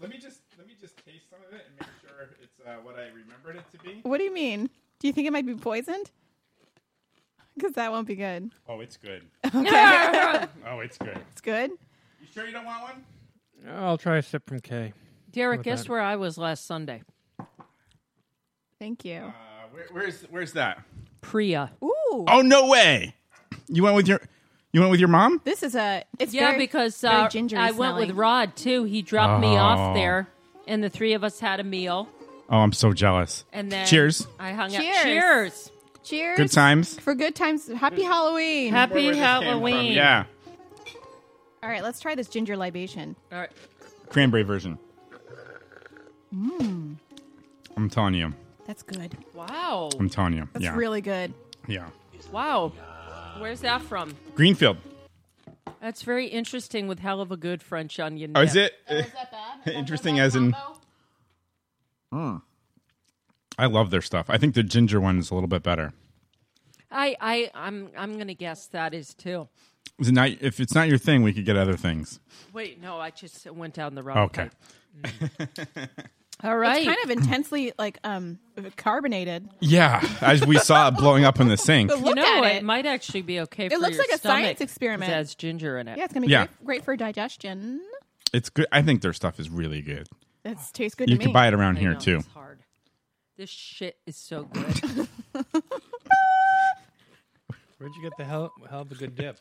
let me just let me just taste some of it and make sure it's uh, what I remembered it to be.
What do you mean? Do you think it might be poisoned? Because that won't be good.
Oh, it's good.
Okay.
oh, it's good.
It's good.
You sure you don't want one?
I'll try a sip from K.
Derek,
With
guess
that.
where I was last Sunday?
Thank you.
Uh, where, where's where's that?
Priya.
Ooh.
Oh no way! You went with your you went with your mom?
This is a it's
yeah,
very-
because
very
uh,
gingery
I went with
smelling.
Rod too. He dropped me off
Oh.
there, and the three of us had a meal.
Oh, I'm so jealous.
And then
cheers.
I hung
Cheers.
out. Cheers.
Cheers.
Good times.
For good times. Happy Halloween.
Happy Where this came from. Halloween.
Yeah,
All right, let's try this ginger libation.
All right.
cranberry version.
Mmm.
I'm telling you.
That's good.
Wow.
I'm telling you.
That's
yeah.
really good.
Yeah.
Wow. Where's that from?
Greenfield.
That's very interesting with hell of a good French onion.
Oh, is
dip.
it interesting? As in, Mm. I love their stuff. I think the ginger one is a little bit better.
I, I, I'm, I'm gonna guess that is too.
Is it not, if it's not your thing, we could get other things.
Wait, no, I just went down the wrong.
Okay.
pipe. All
It's
right.
kind of intensely like um carbonated.
Yeah, as we saw it blowing up in the sink.
But
You
look at
know, it.
it.
might actually be okay.
It
for
looks
your
like a
stomach
science experiment.
It has ginger in it.
Yeah, it's gonna be
Yeah.
great, great for digestion.
It's good. I think their stuff is really good.
That tastes good.
you
to
can
me.
buy it around
I
here
know,
too.
It's hard. This shit is so good.
Where'd you get the hell, hell of a good dip?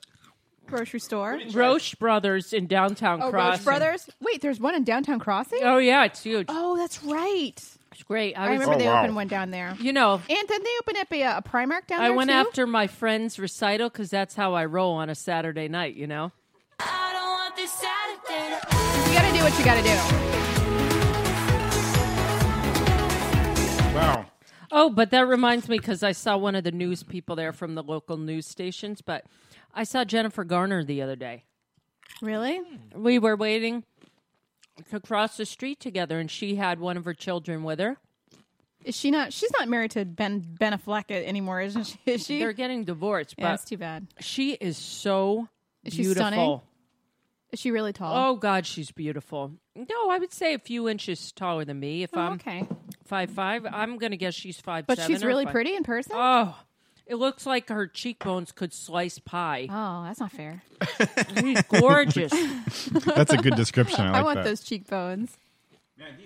grocery store.
Roche Brothers in downtown
Oh,
Crossing.
Roche Brothers. Wait, there's one in downtown Crossing.
Oh yeah, it's huge.
Oh, that's right.
It's great. I,
I,
was,
remember
oh,
they opened one down there.
You know,
And then they opened up a, a Primark down
I
there
went
too?
after my friend's recital because that's how I roll on a Saturday night. You know.
You gotta do what you gotta do.
Wow.
Oh, but that reminds me because I saw one of the news people there from the local news stations. But I saw Jennifer Garner the other day.
Really?
We were waiting to cross the street together, and she had one of her children with her.
Is she not? She's not married to Ben Ben Affleck anymore, isn't she? Is she?
They're getting divorced,
yeah,
but
that's too bad.
she is so
Is she
beautiful.
stunning? Is she really tall?
Oh God, she's beautiful. No, I would say a few inches taller than me. If I'm
Oh, okay,
five five, I'm gonna guess she's five.
but she's really pretty in person.
Oh, it looks like her cheekbones could slice pie.
Oh, that's not fair.
She's gorgeous.
That's a good description. I
I,
like
want
that.
those cheekbones.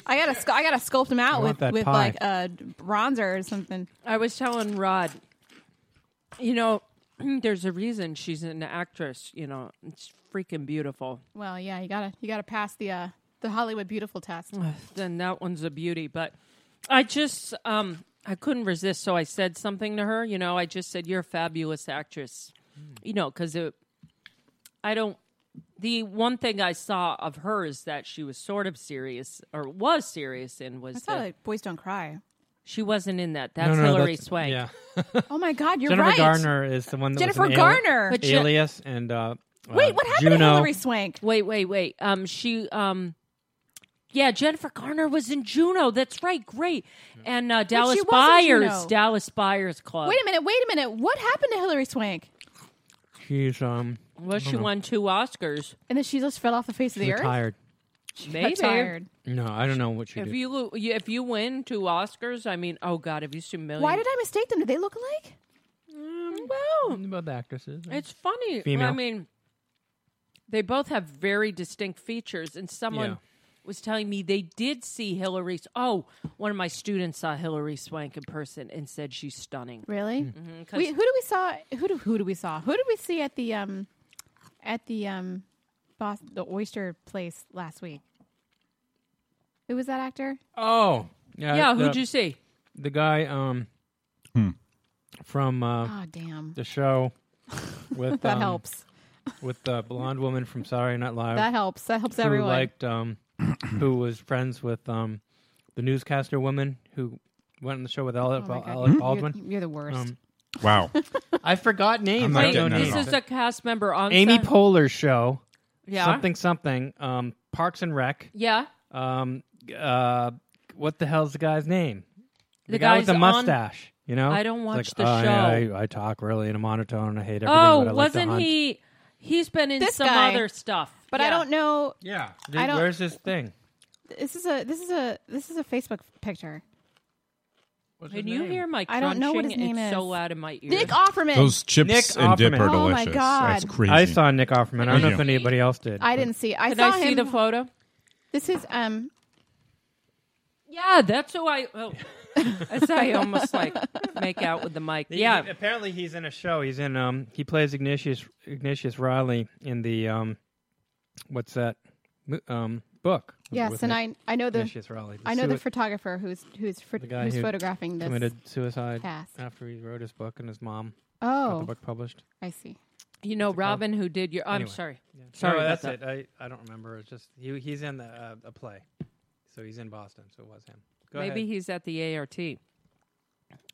I gotta sc- I gotta sculpt them
I
out
want
with
that
with
pie.
like a bronzer or something.
I was telling Rod, you know, there's a reason she's an actress. You know, it's freaking beautiful.
Well, yeah, you gotta you gotta pass the uh, the Hollywood beautiful test.
then that one's a beauty. But I just um I couldn't resist, so I said something to her. You know, I just said, "You're a fabulous actress," you know, because it. I don't. The one thing I saw of her is that she was sort of serious, or was serious, and was
That's how
the-
like boys don't cry.
she wasn't in that. That's
no,
Hillary
that's-
Swank.
yeah.
Oh my God, you're
Jennifer
right.
Garner is the one that was
Jennifer
in Ali-
Garner! But Je-
Alias and uh,
Wait,
uh,
what happened
Juno.
to Hillary Swank?
Wait, wait, wait. Um, she um. Yeah, Jennifer Garner was in Juno. That's right. Great. And uh, Dallas
she was in
Buyers,
Juno.
Dallas Buyers Club.
Wait a minute, wait a minute. What happened to Hillary Swank?
She's um.
Well,
I don't
she
know.
won two Oscars.
And then she just fell off the face of
She
the earth.
retired.
She
Maybe.
retired.
No, I don't know what she
If
did.
you lo- you- if you win two Oscars, I mean, oh god, have you seen Million?
Why did I mistake them? Did they look alike?
Well,
about the actresses.
it's funny.
Female.
I mean, they both have very distinct features, and someone
Yeah.
was telling me they did see Hillary. S- Oh, one of my students saw Hillary Swank in person and said she's stunning.
Really?
Mm-hmm.
Mhm, 'cause-
We, who do we saw? Who do who do we saw? Who did we see at the um at the um Bos- the oyster place last week? Who was that actor?
Oh, yeah.
Yeah,
the-
who'd you see?
The guy um from uh,
Oh damn,
the show with
That
um,
helps.
with the blonde woman from Sorry Not Live.
that helps. That helps
who
everyone.
liked um who was friends with um the newscaster woman who went on the show with Alec,
Oh my God.
Alec
You're-
Baldwin. Um,
you're the worst.
Wow.
I forgot names.
I'm not
I
Wait,
don't know
this
names.
is a cast member on
Amy
Sun-
Poehler's show.
Yeah.
Something something. Um, Parks and Rec.
Yeah.
Um, uh, what the hell's the guy's name? the,
The
guy with
guy's
the
on-
mustache. you know,
I don't
It's
watch
like,
the
"Oh, yeah,
show."
I, I talk really in a monotone. I hate everything.
Oh,
but I like to
wasn't
hunt."
he? He's been in
This
some
guy.
other stuff,
But I
Yeah.
don't know.
Yeah,
I
Dude,
don't.
Where's his thing?
This is a this is a this is a Facebook picture.
Can you hear my
I don't know what his
crunching?
name
it's
is.
so loud in my ears.
Nick Offerman.
Those chips
Nick
and dip
Offerman.
are
Oh my
delicious.
God.
That's crazy.
I saw Nick Offerman. I don't
Thank
know
you.
if anybody else did.
I didn't see. I
Did
saw
I see
him.
the photo?
This is um.
Yeah, that's who I. Oh. that's how I almost like make out with the mic.
He-
Yeah,
he- apparently he's in a show. He's in um he plays Ignatius Ignatius Riley in the um what's that mo- um book? with-
Yes,
with
and I
Nick-
I know the
Ignatius Riley.
I know the
sui-
photographer who's who's phot-
the guy
who's
who
photographing this.
committed suicide
cast.
after he wrote his book and his mom got
Oh.
the book published.
I see.
you know Robin who did your. I'm
Anyway.
sorry.
Yeah.
Sorry,
No,
about
that's
that.
it. I, I don't remember. It's just he he's in the uh, a play, so he's in Boston. So it was him. Go
Maybe
ahead.
he's at the ART.
Mm.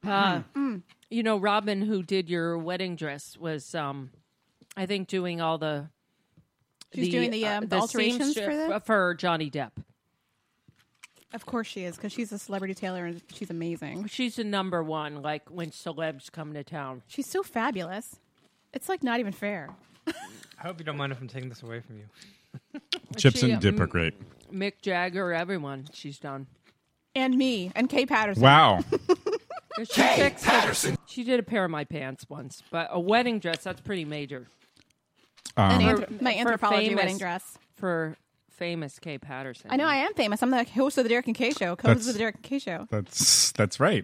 Uh, You know, Robin, who did your wedding dress, was um, I think doing all the. uh,
She's doing the, um, the alterations
seamstress
for the-
for Johnny Depp.
Of course she is because she's a celebrity tailor and she's amazing.
She's the number one. Like when celebs come to town,
She's so fabulous. It's like not even fair.
I hope you don't mind if I'm taking this away from you.
Chips
She,
and dip
Mm.
are
um,
great.
Mick Jagger, everyone, she's done.
And me and Kay Patterson.
Wow.
She fixed Patterson. She did a pair of my pants once, but a wedding dress—that's pretty major.
An
Um,
anthrop- my
for
anthropology
famous-
wedding dress.
for famous Kay Patterson.
I know I am famous. I'm the host of the Derek and Kay Show. Co-host
That's-
of the Derek and Kay Show.
that's that's right.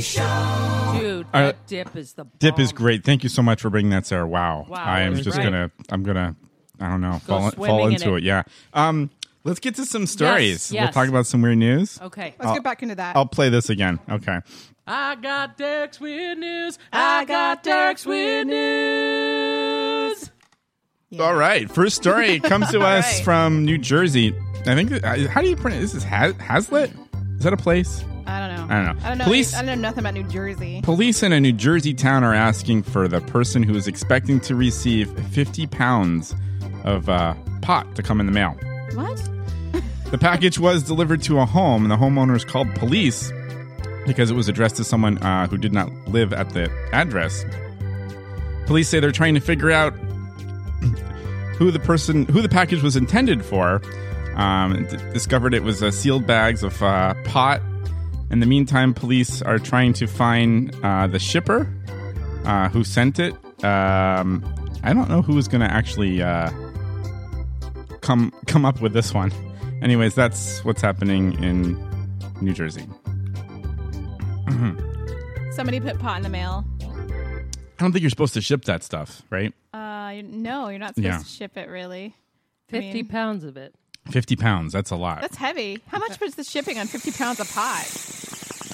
dude.
Uh,
that dip is the
Dip is
bomb.
great. Thank you so much for bringing that, Sarah. Wow.
Um, Wow,
I am
that's
just
right.
gonna. I'm gonna. I don't know.
Go
fall fall
swimming in
into it.
it.
Yeah. Um. Let's get to some stories. We'll
yes.
talk about some weird news.
Okay.
Let's get back into that.
I'll play this again. Okay.
I got Derek's weird news.
I got Derek's weird
news.
All right. First story comes to
All
us
right.
from New Jersey. I think. I- How do you pronounce this? Is Ha- Hazlet? Is that a place?
I don't know.
I don't know.
I don't know.
Police-
I don't know nothing about New Jersey.
Police in a New Jersey town are asking for the person who is expecting to receive 50 pounds of uh, pot to come in the mail.
What?
The package was delivered to a home, and the homeowners called police because it was addressed to someone uh, who did not live at the address. Police say they're trying to figure out who the person who the package was intended for. Um, and d- discovered it was uh, sealed bags of uh, pot. In the meantime, police are trying to find uh, the shipper uh, who sent it. Um, I don't know who was going to actually uh, come come up with this one. Anyways, that's what's happening in New Jersey.
Somebody put pot in the mail.
I don't think you're supposed to ship that stuff, right?
Uh, you- no, you're not supposed
Yeah.
to ship it. Really. I
Fifty
mean,
pounds of it.
50 pounds, that's a lot.
That's heavy. How much was the shipping on 50 pounds of pot?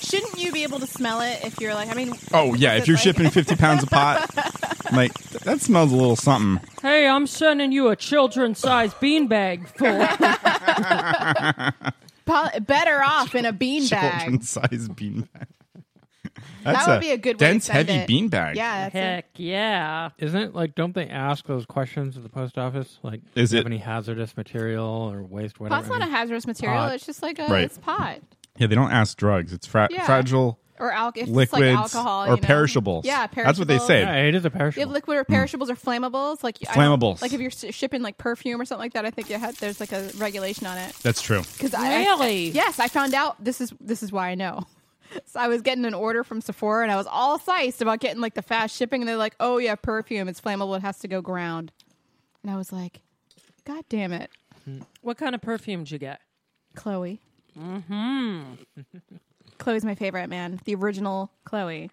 Shouldn't you be able to smell it if you're like, I mean,
oh, yeah,
is
if
it
you're
like-
shipping 50 pounds of pot, like, th- that smells a little something.
Hey, I'm sending you a children-sized beanbag full.
po- better off in a bean bag.
Children's size bean bag.
That
That's
would be a good way to
dense,
send
heavy
it.
bean bag.
Yeah, that's it.
Heck yeah!
Isn't it like don't they ask those questions at the post office? Like,
Is
do you
it-
have any hazardous material or waste? Whatever.
pot's not a hazardous material.
pot.
It's just like a
Right.
it's pot
Yeah, they don't ask drugs. It's fra-
Yeah.
fragile.
or alcohol. It's
Liquids
like alcohol
or
you know?
perishables.
Yeah, perishables.
That's what they say. Hmm.
yeah, it is a
You have
perishable.
liquid or perishables or flammables, like I don't-
Flammables.
Like if you're s- shipping like perfume or something like that, I think you had, there's like a regulation on it.
That's true.
Because
Really?
I, yes, I found out this is this is why I know. So I was getting an order from Sephora, and I was all psyched about getting like the fast shipping, and they're like, "Oh yeah, perfume, it's flammable, it has to go ground," and I was like, "God damn it,
What kind of perfume did you get?
Chloe." Mm-hmm. Chloe's my favorite man, the original Chloe,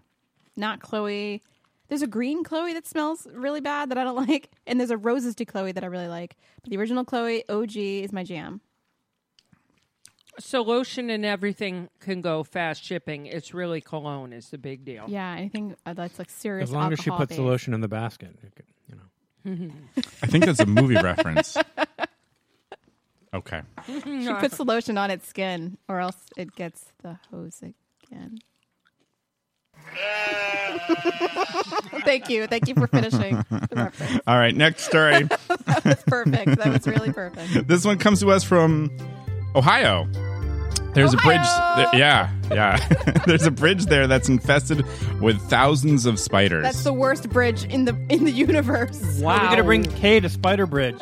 not Chloe. There's a green Chloe that smells really bad that I don't like, and there's a roses to Chloe that I really like. But the original Chloe OG is my jam.
So lotion and everything can go fast shipping. It's really cologne is the big deal.
Yeah, anything uh, that's like serious.
As long as she
alcohol
puts the
based.
lotion in the basket, you could- you know.
I think that's a movie reference. Okay.
She puts the lotion on its skin, or else it gets the hose again. thank you, thank you for finishing. the reference.
All right, next story.
That was perfect. That was really perfect.
this one comes to us from Ohio. There's a bridge. there- yeah, yeah. There's a bridge there that's infested with thousands of spiders.
That's the worst bridge in the in the universe.
Wow. We're gonna bring Kay to Spider Bridge.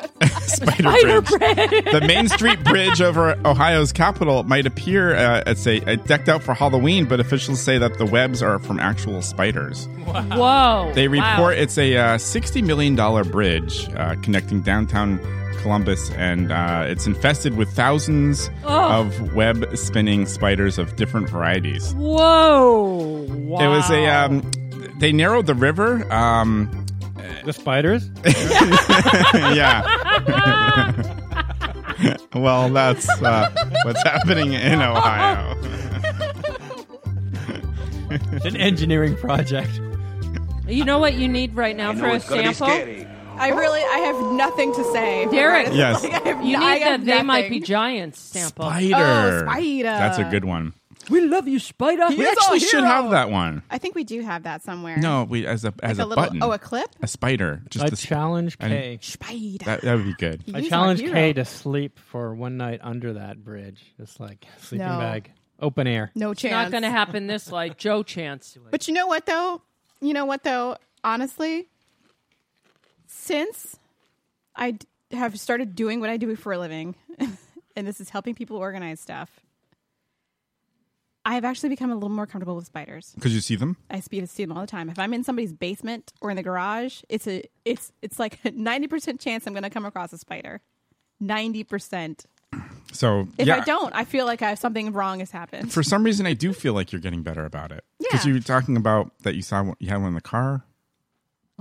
Spider, the Main Street Bridge over Ohio's capital might appear uh, as a, a decked out for Halloween, but officials say that the webs are from actual spiders.
Whoa.
They
Wow.
report it's a uh, sixty million dollar bridge uh, connecting downtown Columbus, and uh, it's infested with thousands
Oh.
of web spinning spiders of different varieties.
Whoa. Wow.
It was a. Um, they narrowed the river. Um,
the spiders.
yeah. well, that's uh, what's happening in Ohio.
It's an engineering project.
You know what you need right now for a sample?
I really, I have nothing to say.
Derek.
Yes.
Like, I have
You
no- I
need
have
that they might
nothing.
be giants sample.
Spider.
Oh, spider.
That's a good one.
We love you, Spider.
we actually should have that one.
I think we do have that somewhere.
No, we as a
Like
as
a
a,
little-
button.
oh, a clip?
A spider. Just
I
the sp-
challenge
I
Kay.
didn't-
Spider.
That, that would be good.
I
He's
challenge
my hero.
Kay to sleep for one night under that bridge. It's like a sleeping
No.
bag, open air.
No
It's
chance.
not going to happen this life. Joe Chance.
But you know what though? You know what though? Honestly, since I d- have started doing what I do for a living, and this is helping people organize stuff, I have actually become a little more comfortable with spiders.
Could you see them?
I speed to see them all the time. If I'm in somebody's basement or in the garage, it's a it's it's like a ninety percent chance I'm going to come across a spider. Ninety percent.
So
If
yeah,
I don't, I feel like I something wrong has happened.
For some reason, I do feel like you're getting better about it. Because
Yeah.
you were talking about that you saw one- you had one in the car.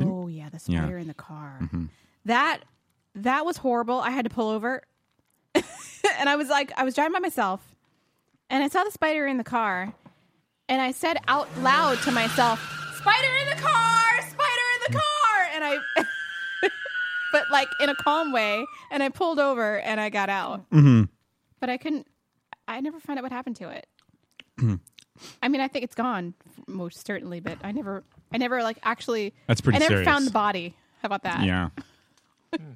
Oh yeah, the
Yeah.
spider in the car. That that was horrible. I had to pull over, and I was like, I was driving by myself, and I saw the spider in the car, and I said out loud to myself, "Spider in the car! Spider in the car!" And I, but like in a calm way, and I pulled over and I got out,
Mm-hmm.
but I couldn't. I never found out what happened to it.
Mm-hmm.
I mean, I think it's gone most certainly, but I never, I never like actually.
That's pretty
I never
serious.
found the body. How about that?
Yeah.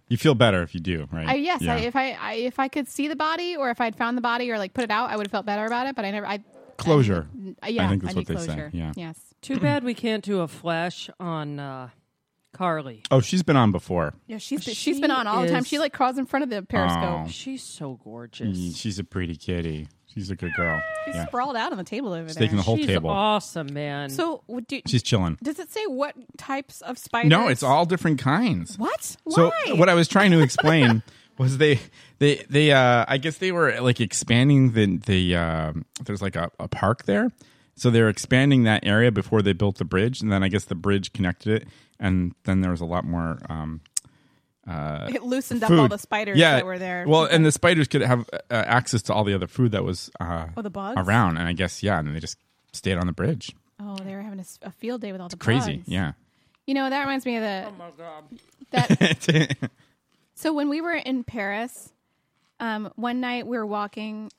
you feel better if you do, right?
I, yes,
Yeah.
I, if I, I if I could see the body, or if I'd found the body, or like put it out, I would have felt better about it. But I never. I
closure.
I- yeah,
I think that's
I
what
need
they say.
closure.
Yeah.
Yes.
Too bad we can't do a flash on uh, Carly.
Oh, she's been on before.
Yeah, she's been, she's been on all the time.
is-
She like crawls in front of the periscope.
Oh.
She's so gorgeous.
Mm, She's a pretty kitty. She's a good girl.
She's
Yeah.
sprawled out on the table over
She's
there.
taking the whole
She's
table.
awesome, man.
so w- do,
She's chilling.
does it say what types of spiders?
No, it's all different kinds.
What?
So
Why?
what I was trying to explain was they they they uh I guess they were like expanding the the um there's like a, a park there. So they're expanding that area before they built the bridge and then I guess the bridge connected it and then there was a lot more um uh
It loosened up
food.
all the spiders
yeah.
that were there.
Well, and the spiders could have uh, access to all the other food that was uh
Oh, the bugs?
around and I guess yeah, and then they just stayed on the bridge.
oh, they were having a, s- a field day with all the
Crazy.
bugs.
Yeah.
You know that reminds me of the. Oh my god. So when we were in Paris, um, one night we were walking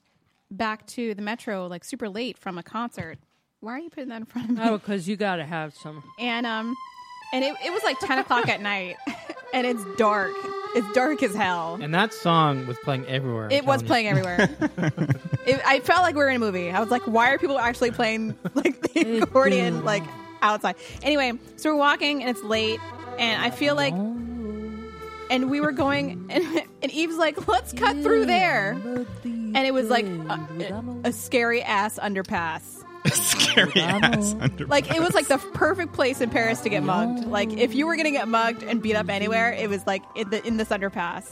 back to the metro like super late from a concert. Why are you putting that in front of me?
oh, because you got to have some.
And um, and it, it was like ten o'clock at night, and it's dark. It's dark as hell.
And that song was playing everywhere. I'm
It was playing
telling you.
everywhere. it, I felt like we were in a movie. I was like, why are people actually playing like the accordion like outside? Anyway, so we're walking and it's late, and I feel like, and we were going, and, and Eve's like, let's cut through there, and it was like a, a scary ass underpass.
Scary ass under
Like it was like the perfect place in Paris to get mugged. Like if you were gonna get mugged and beat up anywhere, it was like in, the, in this underpass.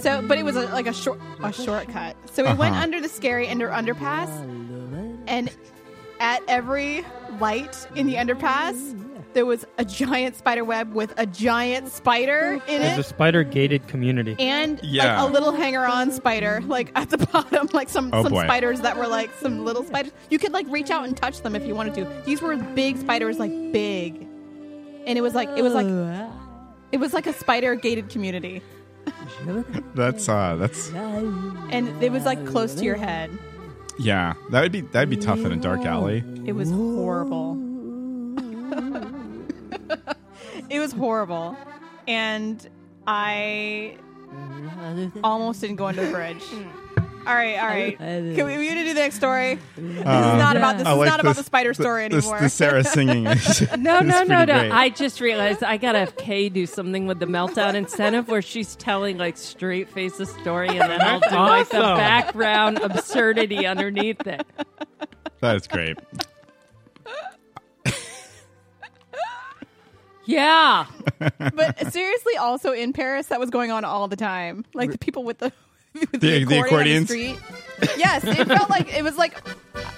So, but it was a, like a short a shortcut. So we went
Uh-huh.
under the scary under underpass, and at every light in the underpass, there was a giant spider web with a giant spider in
There's a
it.
spider gated community.
And
Yeah.
like a little hanger-on spider, like at the bottom, like some
Oh,
some
boy.
spiders that were like some little spiders. You could like reach out and touch them if you wanted to. These were big spiders, like big, and it was like it was like it was like a spider-gated community.
That's uh that's
and it was like close to your head.
Yeah, that would be that'd be tough in a dark alley.
It was horrible. it was horrible, and I almost didn't go under the bridge. All right, all right. Can we, we gonna do the next story? This is
Um,
not about this.
I
is
like
not about
this-
the spider story
this-
anymore.
The Sarah singing. is-
No,
is
no, no,
pretty
no.
great.
I just realized I gotta have Kay do something with the meltdown incentive where she's telling like straight face the story and then I'll do like the
Awesome.
background absurdity underneath it.
that is great.
Yeah.
but seriously, also in Paris, that was going on all the time. Like the people with the with the,
The- the
accordion on
accordions?
the street. Yes, it felt like it was like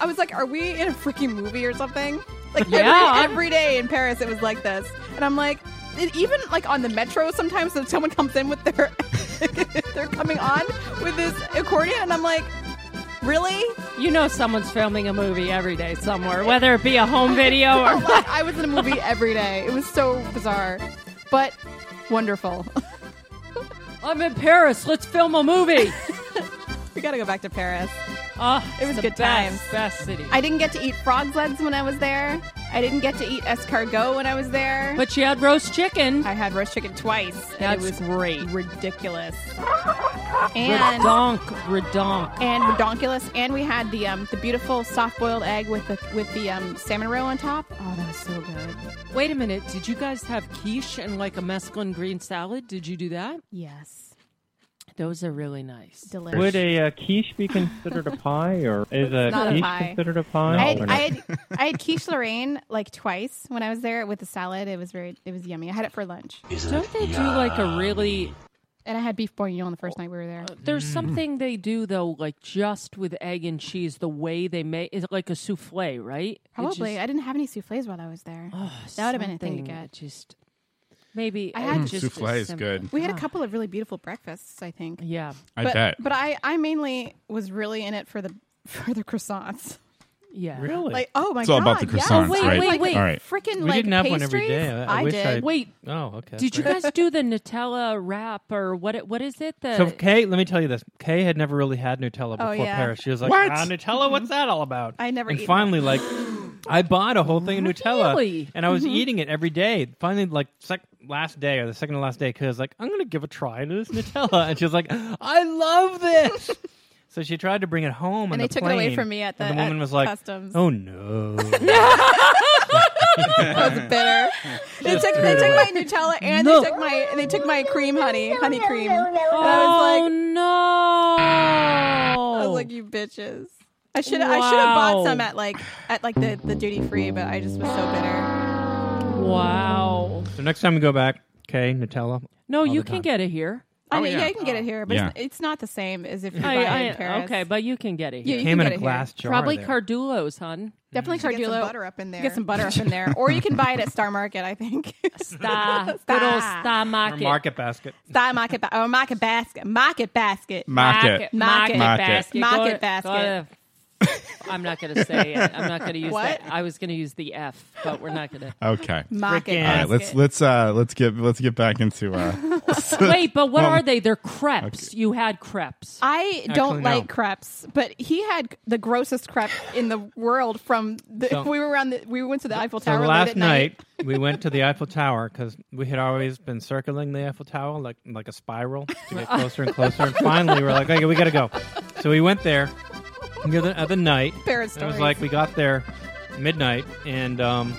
I was like, are we in a freaking movie or something? Like
Yeah.
every, every day in Paris, it was like this, and I'm like, it, even like on the metro, sometimes if someone comes in with their they're coming on with this accordion, and I'm like, really?
You know someone's filming a movie every day somewhere, whether it be a home video or
like I was in a movie every day. It was so bizarre, but wonderful.
I'm in Paris, let's film a movie.
we gotta go back to Paris.
Oh,
It was
the
good
best,
times.
Best city.
I didn't get to eat frog legs when I was there. I didn't get to eat escargot when I was there.
But you had roast chicken.
I had roast chicken twice. and
That's
it was
great.
ridiculous. And
redonk, redonk.
and redonkulous. And we had the um, the beautiful soft boiled egg with the with the um, salmon roe on top. Oh, that was so good.
Wait a minute. Did you guys have quiche and like a mesclun green salad? Did you do that?
Yes.
Those are really nice.
Delicious.
Would a uh, quiche be considered a pie, or is a
not a
quiche
pie.
considered a pie?
I
or
had,
not?
I had I had quiche Lorraine like twice when I was there with the salad. It was very it was yummy. I had it for lunch.
Don't they do like a really?
And I had beef bourguignon the first night we were there.
There's something they do though, like just with egg and cheese, the way they make it's like a souffle, right? It
Probably.
just-
I didn't have any souffles while I was there. that would have been a thing to
something
get.
Just maybe
I had
it
Mm,
just
souffle is
simple.
good.
We had a couple of really beautiful breakfasts, I think.
Yeah,
I
but,
bet.
But I, I mainly was really in it for the for the croissants.
yeah.
Really?
Like, oh my
It's
god!
all about the
yes.
croissants,
wait, right?
Like,
wait, wait.
All right.
Freaking
We
like
didn't have one every
pastries.
day. I- I wish
did.
I'd-
Wait,
Oh, okay.
did you
Right.
guys do the Nutella wrap or what? it- What is it? The
So Kay, let me tell you this. Kay had never really had Nutella
Oh,
before
yeah.
Paris. She was like,
What?
"Ah, Nutella, what's that all about?"
I never
And
eaten
finally, like, I bought a whole thing of Nutella,
Really?
and I
Mm-hmm.
was eating it every day. Finally, like, sec- last day or the second to last day, because like, I'm gonna give a try to this Nutella, and she was like, "I love this." So she tried to bring it home,
And
on
they
the
took it away
plane,
from me at the-
and the woman
at
was like,
customs.
"Oh no!"
That was bitter. they
Just
took
threw
they
it
took
away.
my Nutella and
No.
they took my and they took my cream honey honey cream. And
Oh
I was like,
no!
Oh.
I was like, you bitches. I should I should have bought
Wow.
some at like at like the, the duty free, but I just was so bitter.
wow.
so next time we go back, Kay, Nutella.
No,
all
you
the
can
time.
get it here.
I
Oh,
mean, yeah.
yeah.
you can get it here, but it's, it's not the same as if you buy
I,
it
I,
in Paris.
okay, but you can get it
Yeah,
here.
you
Came
can get
in a
it
glass jar.
Probably
there.
Cardulo's, hon.
here. Definitely
Get some
Cardulo.
butter up in there.
Get some butter up in there, or you can buy it at Star Market. I think
Star, good old Star
Or
Market.
market basket.
Star Market ba- or Market Basket, Market Basket,
Market.
Market.
market,
Market.
basket,
Market
Go-
basket.
go to- I'm not going to say it. I'm not going to use
What?
that. I was going to use the F, but we're not going to.
Okay.
Market.
Frickin'.
All right,
Basket.
let's let's uh let's get let's get back into uh
Wait, but what
um,
Well,
are they? They're crepes. You had crepes.
I don't
Actually, no.
like crepes, but he had the grossest crepe in the world. From the,
So-
we were on the we went to the Eiffel
So
Tower late
last
at night.
we went to the Eiffel Tower because we had always been circling the Eiffel Tower like like a spiral to get closer and closer. And finally, we're like, okay, we gotta go. So we went there the other, other night.
Paris
and it was
stories.
like we got there midnight, and um,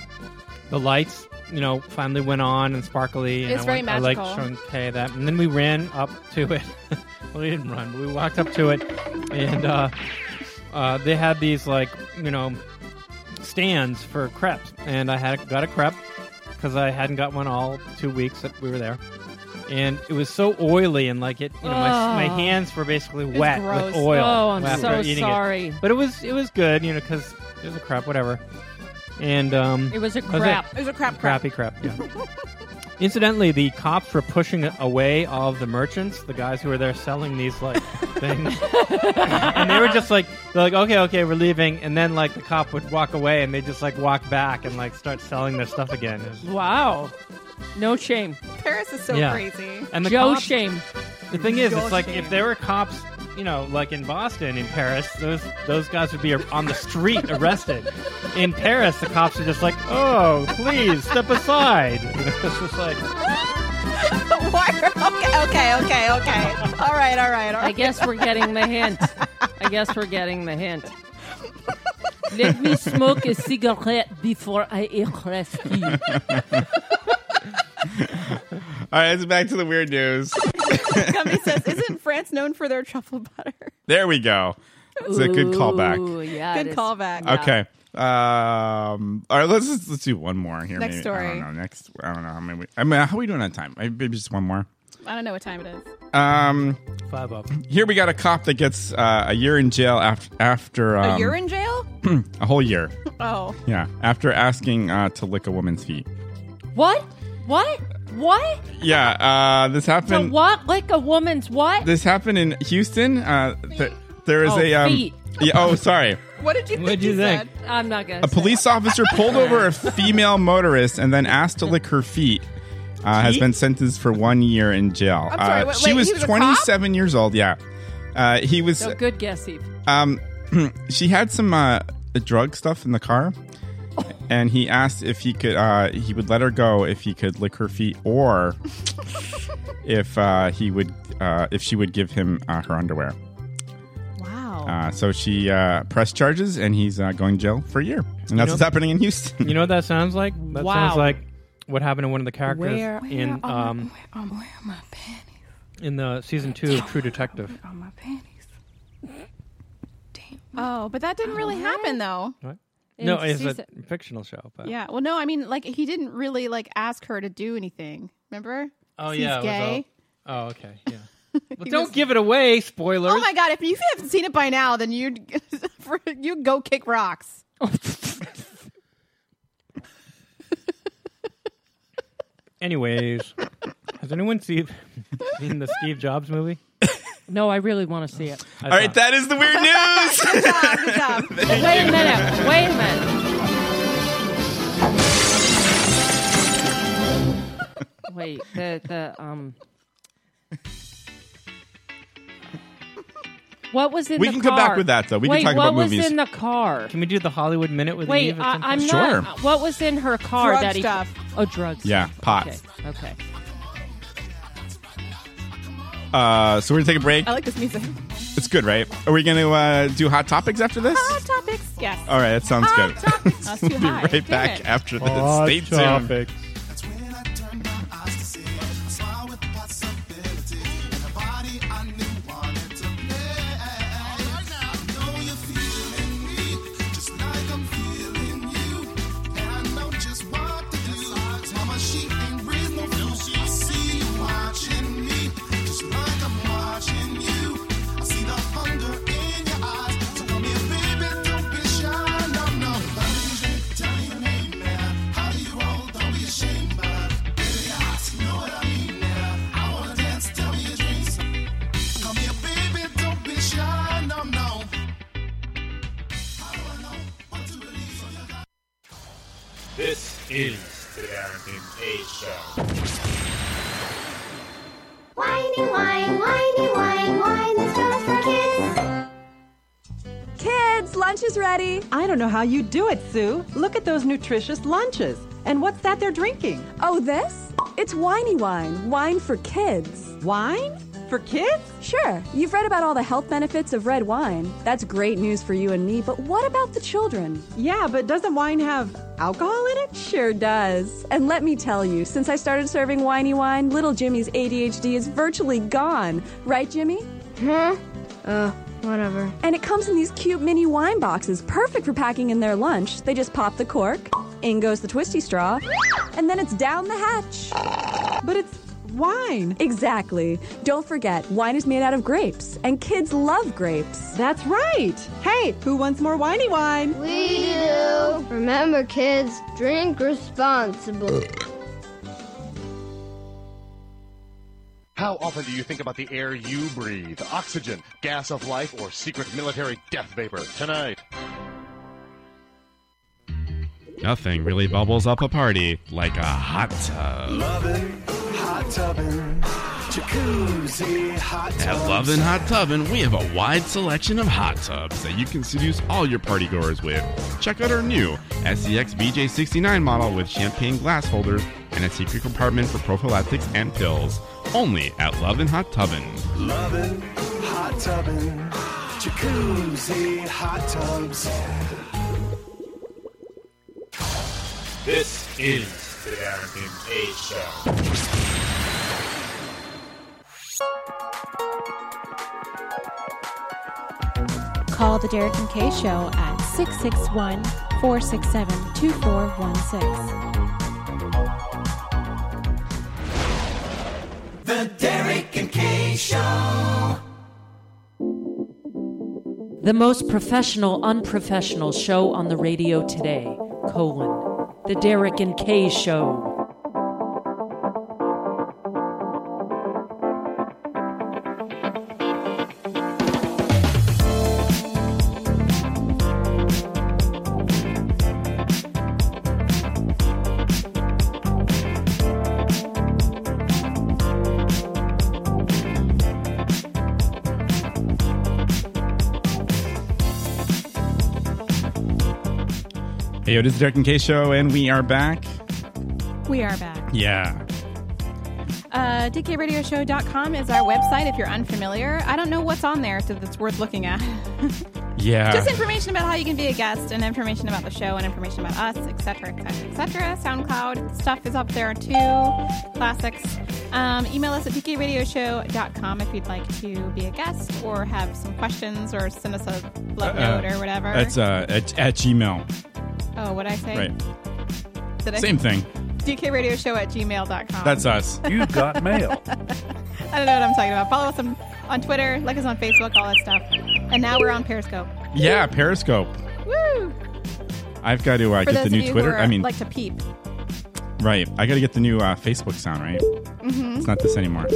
the lights, you know, finally went on and sparkly. And
It's
I
very
went- I
magical.
like showing Kay that, and then we ran up to it. well, we didn't run, but we walked up to it, and uh, uh, they had these like you know stands for crepes, and I had got a crepe because I hadn't got one all two weeks that we were there, and it was so oily and like it, you know, my, my
Ugh.
hands were basically wet
gross.
with oil.
Oh, I'm
after
so
eating
sorry.
It. But it was it was good, you know, because it was a crap, whatever. And um,
It was a
that it?
crap.
It was a crap crap.
crappy crap. Yeah. Incidentally, the cops were pushing away of the merchants, the guys who were there selling these like things, and they were just like, they're like, okay, okay, we're leaving, and then like the cop would walk away, and they just like walk back and like start selling their stuff again. It was-
Wow. No shame.
Paris is so
Yeah.
crazy.
And the
Joe
cops,
shame.
the thing is,
Your
it's like
shame.
if there were cops, you know, like in Boston, in Paris, those those guys would be on the street arrested. In Paris, the cops are just like, "Oh, please step aside." You know, it's just like,
Why- okay, okay, okay, okay. All right, all right, all right.
I guess we're getting the hint. I guess we're getting the hint. Let me smoke a cigarette before I arrest you.
All right, it's back to the weird news.
Somebody says, "Isn't France known for their truffle butter?"
There we go. It's a good
Ooh,
callback.
yeah, it
Good
is.
callback.
Okay. Um, all right, let's just, let's do one more here.
Next
maybe. I
story.
don't know. Next, I don't know how many. We, I mean, how are we doing on time? Maybe just one more.
I don't know what time it is.
Um,
Five up.
Here we got a cop that gets uh, a year in jail after after um,
a year in jail?
a whole year.
Oh,
Yeah, after asking uh, to lick a woman's feet.
What? What? What?
Yeah, uh, this
To
happened.
what? Like a woman's what?
This happened in Houston. Uh, th- there is
Oh,
a um,
feet.
yeah, oh, sorry.
what did you think?
What'd you think?
I'm not gonna.
A police officer pulled over a female motorist and then asked to lick her feet. Uh, has
Feet?
been sentenced for one year in jail.
I'm sorry,
uh,
wait,
she
wait,
was,
he was a
27 years old. Yeah, uh, he was.
So good guess, Eve.
Um, she had some uh, drug stuff in the car,
Oh.
and he asked if he could. Uh, he would let her go if he could lick her feet, or if uh, he would, uh, if she would give him uh, her underwear.
Wow.
Uh, so she uh, pressed charges, and he's uh, going to jail for a year. And that's
know-
what's happening in Houston.
You know what that sounds like? That
Wow.
sounds like what happened to one of the characters
Where-
in um
I'm wearing my pants.
in the season two of True Detective.
on my panties. Damn. Oh, but that didn't really happen though.
What? No,
In
it's a
season-
fictional show. But
Yeah. Well, no, I mean, like he didn't really like ask her to do anything. Remember?
Oh
'Cause
yeah.
He's
it was all-
gay.
oh okay. Yeah. Well, don't give it away. Spoilers.
Oh my god! If you haven't seen it by now, then you'd you would go kick rocks.
Anyways, has anyone seen seen the Steve Jobs movie?
No, I really want to see it.
I
All right,
thought-
that is the weird news.
Wait a minute. Wait a minute. Wait, the the um. What was in
We
the
can
car?
come back with that, though. We can
Wait,
talk about
what
movies.
was in the car?
Can we do the Hollywood minute with
Wait,
Eve? at
I,
some
I'm
point?
not.
Sure.
What was in her car?
Drug
that he-
stuff.
Oh, drugs.
yeah, pots.
Okay. Okay.
Uh, so we're gonna take a break.
I like this music.
It's good, right? Are we gonna uh, do hot topics after this?
Hot topics. Yes.
All right, that sounds
Hot
good.
topics. That's too
we'll be
high.
right
Damn
back
it.
after this.
Hot
Stay tuned.
topics.
That's when I turned my eyes to see a smile with possibility and a body I knew wanted to play. I know you're feeling me, just like I'm feeling you, and I know just what to do. Mama, she ain't raised no fool. I see you watching me, just like I'm watching you. I see the hunger in your eyes, so come here, baby, don't be shy. No, no, tell your name, man. How do you roll? Don't be ashamed, but baby, I you know what I mean now. I wanna dance, tell me your dreams. Come here, baby, don't be shy, no, no. How do I know what to believe? So you got-
This is the Darrington A Show.
Whiny, whine, whiny, whine, whine is just for kids.
Kids, lunch is ready. I don't know how you do it, Sue. Look at those nutritious lunches. And what's that they're drinking? Oh, this? It's whiny wine. Wine for kids. Wine? For kids? Sure. You've read about all the health benefits of red wine. That's great news for you and me, but what about the children? Yeah, but doesn't wine have alcohol in it? Sure does. And let me tell you, since I started serving whiny wine, little Jimmy's ADHD is virtually gone. Right, Jimmy? Huh? Uh, whatever. And it comes in these cute mini wine boxes, perfect for packing in their lunch. They just pop the cork, in goes the twisty straw, and then it's down the hatch. But it's wine. Exactly. Don't forget, wine is made out of grapes, and kids love grapes. That's right. Hey, who wants more whiny wine?
We do. Remember, kids, drink responsibly.
How often do you think about the air you breathe? Oxygen, gas of life, or secret military death vapor? Tonight.
Nothing really bubbles up a party like a hot tub.
Loving, hot tubbing, jacuzzi, hot
At Love and Hot Tubbin', we have a wide selection of hot tubs that you can seduce all your partygoers with. Check out our new E SEX BJ69 model with champagne glass holders and a secret compartment for prophylactics and pills. Only at Love and Hot Tubbin'.
Loving, hot tubbing,
Jacuzzi hot tubs.
This is
The Darrington A Show.
Call the Derek and Kay Show at 661 467 2416.
The Derek and Kay Show.
The most professional, unprofessional show on the radio today, colon. The Derek and Kay Show.
Hey, yo, this is Derek and K Show, and we are back.
We are back.
Yeah.
Uh, DKRadioshow.com is our website if you're unfamiliar. I don't know what's on there so that's worth looking at.
Yeah.
Just information about how you can be a guest and information about the show and information about us, etc., etc., etc. SoundCloud stuff is up there too. Classics. Um, email us at dkradioshow.com if you'd like to be a guest or have some questions or send us a love
Uh,
note or whatever.
That's uh, at, at Gmail.
oh, what I say?
Right.
Did I-
Same thing.
dkradioshow at gmail.com.
That's us. You've got mail.
I don't know what I'm talking about. Follow us on, on Twitter, like us on Facebook, all that stuff. And now we're on Periscope.
Yeah, Periscope.
Woo!
I've got to uh,
For those
get the
of
new
you
Twitter.
who are,
I mean,
like to peep.
right. I got to get the new uh, Facebook sound, right?
Mhm.
It's not this anymore.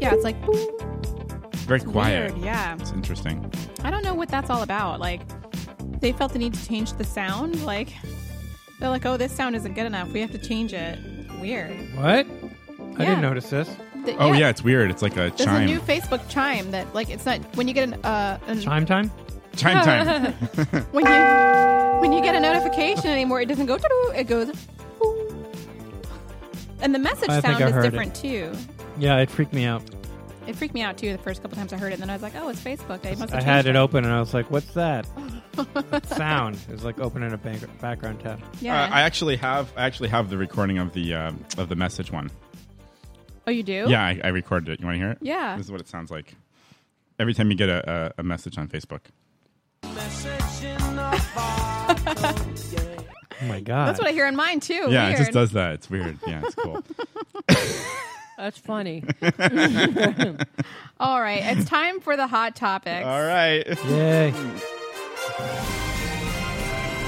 Yeah, it's like boop.
Very quiet.
weird, yeah.
It's interesting.
I don't know what that's all about. Like, they felt the need to change the sound. Like, they're like, oh, this sound isn't good enough. We have to change it. Weird.
What? I
Yeah.
didn't notice this.
The-
Oh, yeah, it's weird. It's like a
There's
chime.
a new Facebook chime that, like, it's not when you get an uh, an,
Chime time?
Chime time.
when you when you get a notification anymore, it doesn't go. doo-doo, It goes. boop. And the message
I think
sound
I
is
heard it.
different too.
Yeah, it freaked me out.
It freaked me out too the first couple times I heard it, and then I was like, "Oh, it's Facebook. They must have
I had it open and I was like, what's that? Sound. It was like opening a bank- background tab.
Yeah.
Uh, I actually have I actually have the recording of the uh, of the message one.
Oh, you do?
Yeah, I, I recorded it. You want to hear it?
Yeah.
This is what it sounds like every time you get a, a, a message on Facebook. Oh my god.
That's what I hear in mine too.
Yeah,
Weird.
it just does that. It's weird. Yeah, it's cool.
That's funny.
All right, it's time for the hot topics.
All right.
Yay.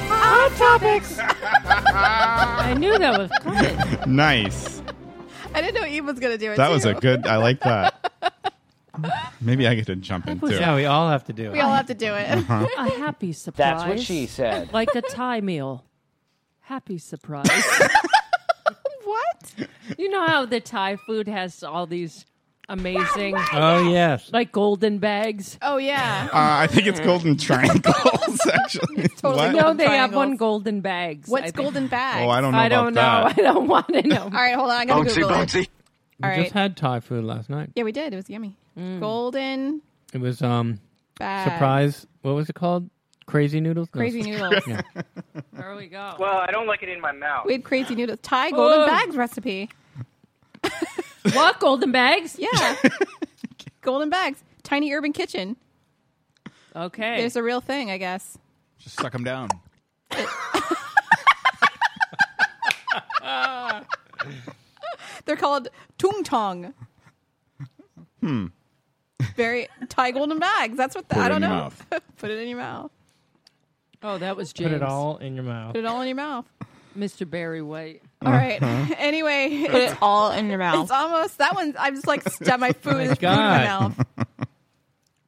Hot topics.
I knew that was coming.
nice.
I didn't know Eve was gonna do it.
That was
too.
a good. I like that. Maybe I get to jump in too. Uh,
Yeah, we all have to do
We all have to do it.
Uh-huh.
A happy surprise.
That's what she said.
Like a Thai meal. Happy surprise.
what?
You know how the Thai food has all these amazing,
Oh yes.
like golden bags?
Oh, yeah.
Uh, I think it's golden triangles. Actually, What?
No, they have one golden bags.
What's golden bags?
Oh, I don't know
I
about
don't know.
that.
I don't want to know. All
right, hold on. I gotta Google it.
We
All right.
just had Thai food last night.
yeah, we did. It was yummy. Golden
It was um
Bags.
surprise. What was it called? Crazy noodles. No,
Crazy
it's-
noodles.
Yeah.
There we go.
Well, I don't like it in my mouth.
We had crazy noodles. Thai golden
Oh.
bags recipe.
what golden bags?
Yeah, golden bags. Tiny urban kitchen.
Okay,
There's a real thing, I guess.
Just suck them down.
They're called tung tong.
Hmm.
Very Thai golden bags. That's what the,
Put
I
it
don't
in your
know.
mouth.
Put it in your mouth.
Oh, that was
Put
James.
it all in your mouth.
Put it all in your mouth.
Mr. Barry White.
All right.
Uh-huh.
anyway,
Put it
all in your mouth. It's almost that one's. I'm just like stuff my food is food in my mouth.
God.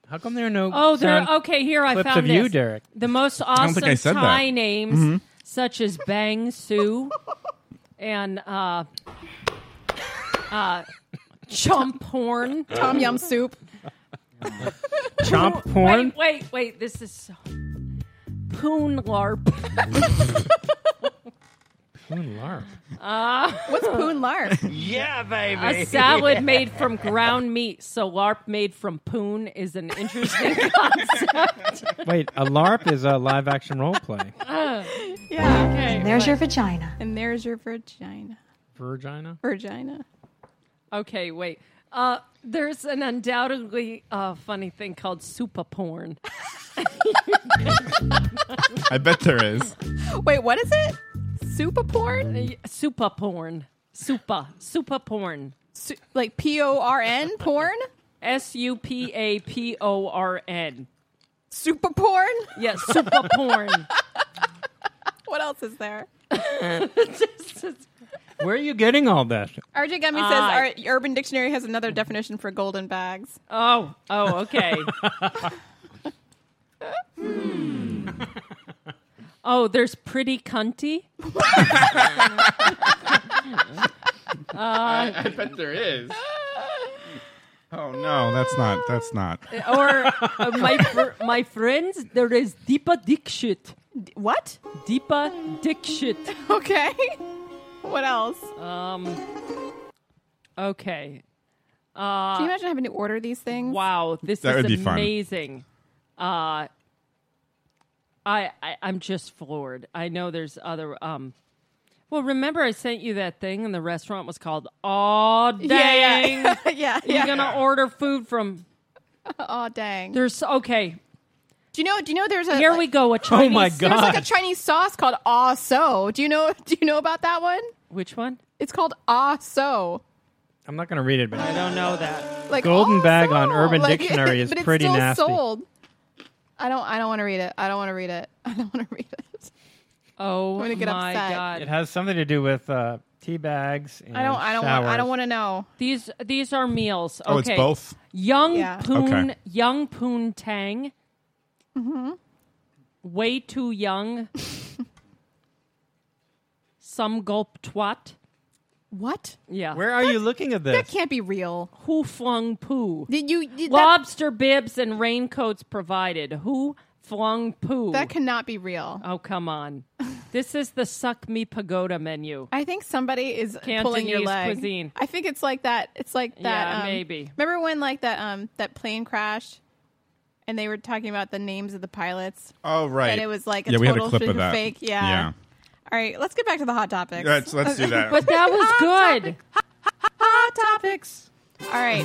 How come there are no?
Oh, there.
sound
Okay, here I
clips
found
of you,
this.
Derek.
The most
don't
awesome
think I said that.
Thai names,
Mhm.
such as Bang Su and uh, uh, Chump Horn,
Tom Yum Soup,
Chomp porn.
Wait, wait, wait. This is so... Poon Larp.
Poon LARP.
Uh,
What's poon larp?
yeah,
baby.
A salad
Yeah.
made from ground meat. So LARP made from poon is an interesting concept.
Wait, a LARP is a live action role play.
yeah.
Okay.
And there's your vagina. And there's your vagina.
Virgina?
Virgina.
Okay, wait. Uh, there's an undoubtedly uh, funny thing called super porn.
I bet there is.
Wait, what is it? Super porn?
super porn. Super. Super porn.
like P O R N porn?
S U P A P O R N.
Super porn?
Yes, super porn.
What else is there?
Where are you getting all that?
RJ Gummy says our
Ah.
Urban Dictionary has another definition for golden bags.
Oh, oh, okay. Hmm. oh, there's pretty cunty.
I, I bet there is.
Ah.
Oh no, that's not. That's not.
or uh, my fr- my friends, there is Deepa Dikshit.
what?
Deepa Dikshit.
Okay. What else?
Um. Okay.
Can you
Uh,
imagine having to order these things?
wow, this
That
is
would be fun.
amazing. Uh, I, I I'm just floored. I know there's other um. Well, remember I sent you that thing, and the restaurant was called Aw Dang.
Yeah, yeah. Yeah,
You're
yeah.
gonna order food from
Oh dang.
there's okay.
do you know do you know there's a
Here
like-
we go. A Chinese.
Oh my
There's like a
God.
Chinese sauce called ah so. Do you know do you know about that one?
Which one?
It's called ah so.
I'm not going to read it, but I
don't know that.
Like
Golden
"Ah,
bag on
so."
Urban
Like,
Dictionary is
but it's
pretty
still
nasty.
sold. I don't I don't want to read it. I don't want to read it. I don't want to read it.
Oh
I'm gonna get
my
upset.
god!
It has something to do with uh, tea bags. And
I don't I don't want I
showers.
don't want to know.
These these are meals.
Oh, it's
Okay.
both?
Young
Yeah.
Poon
Okay.
Young Poon Tang.
Mm-hmm.
Way too young. Some gulp twat.
What?
Yeah.
Where are you looking at
That
this?
can't be real.
Who flung poo?
Did you did that,
Lobster bibs and raincoats provided. Who flung poo?
that cannot be real.
oh come on! this is the suck me pagoda menu.
I think somebody is pulling
Cantonese
your leg.
cuisine.
I think it's like that. It's like that.
Yeah,
um,
maybe.
Remember when like that um that plane crashed, and they were talking about the names of the pilots.
Oh right.
And it was like a
yeah, we had a
total
clip
sugar
of that.
fake. Yeah.
Yeah.
All right, let's get back to the hot topics.
Let's- let's do that.
But that was good.
hot topics. All right.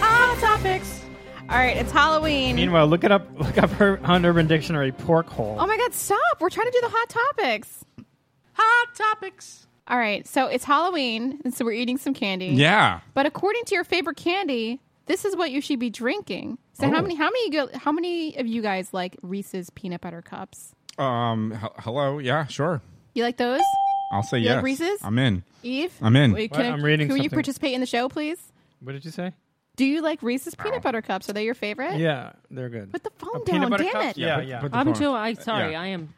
hot topics. All right, it's Halloween.
Meanwhile, look it up. Look up her on Urban Dictionary. Pork hole.
Oh my God, stop. We're trying to do the hot topics. Hot topics. All right, so it's Halloween, and so we're eating some candy.
Yeah.
But according to your favorite candy, this is what you should be drinking. So how
Oh.
many how many go- how many of you guys like Reese's peanut butter cups?
Um. h- hello. Yeah. Sure.
You like those?
I'll say
You
yes.
like Reese's?
I'm in.
Eve?
I'm in.
Wait,
What?
can I-
I'm reading
Can you
something.
participate in the show, please?
What did you say?
Do you like Reese's peanut butter cups? Are they your favorite?
Yeah, they're good.
Put the phone
peanut
down,
butter
damn
cups?
it.
Yeah, yeah.
I'm too. I sorry. I am.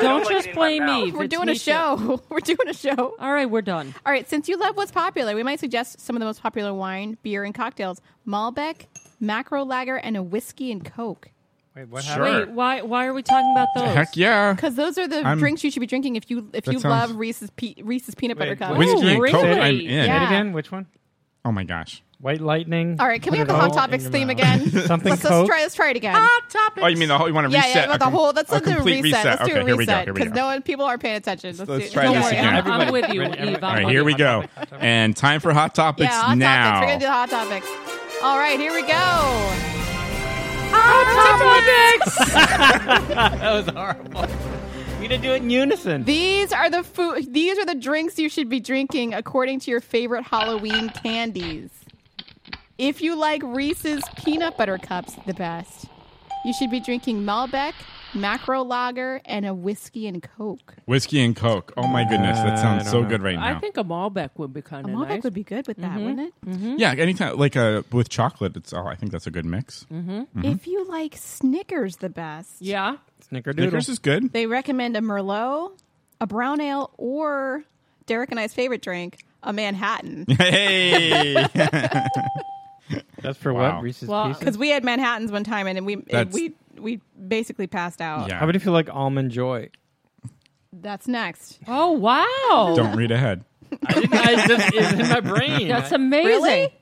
Don't just blame me.
We're doing a show. We're doing a show.
All right, we're done.
All right, since you love what's popular, we might suggest some of the most popular wine, beer, and cocktails. Malbec, macro lager, and a whiskey and coke.
Wait, what
Sure.
Wait, why why are we talking about those?
Heck yeah.
Because those are the
I'm-
drinks you should be drinking if you if
That
you
sounds-
love Reese's pe- Reese's peanut butter
Wait,
cup.
what?
Whiskey and
Ooh,
Coke.
really?
I'm in.
Yeah.
Say it again. Which one?
Oh my gosh.
White lightning.
All right, can we
Put
have
it
the hot
all
topics
in your
theme
mouth.
again?
Something
let's,
Coke?
let's try. Let's try it again. Hot topics.
Oh, you mean the whole? You want to
yeah,
reset?
yeah, about
a
the
com-
whole. Let's
a
do the
complete
reset. Let's
Okay.
do a
Here we go.
reset
Here we
because
go.
no one people aren't paying attention. Let's,
Let's
do,
try
don't
this
worry,
again.
I'm- I'm
Everybody-
with you,
everybody-
Eve.
All
I'm
right,
with
here
you.
we go. And time for hot topics
yeah, hot
now.
topics. We're gonna do the hot topics. All right, here we go. Hot topics.
that was horrible. We didn't do it in unison.
These are the food. These are the drinks you should be drinking according to your favorite Halloween candies. If you like Reese's peanut butter cups the best, you should be drinking Malbec, Macro Lager, and a whiskey and Coke.
Whiskey and Coke. Oh my goodness, that
Uh, I
sounds
don't
so
know.
good right now.
I think a Malbec would be kind
A
of
Malbec
nice.
would be good with that, wouldn't it?
yeah, anytime like uh, with chocolate, it's all. I think that's a good mix.
Mm-hmm.
If you like Snickers the best,
Yeah.
Snickers
Snickerdoodle.
is good.
they recommend a Merlot, a brown ale, or Derek and I's favorite drink, a Manhattan.
hey,
That's for
Wow.
what? Reese's
Well,
Pieces?
because we had Manhattans one time, and we and
That's-
we we basically passed out.
Yeah.
How about if you like almond joy?
That's next.
Oh wow!
Don't read ahead.
I just, it's in my brain.
That's amazing.
Really?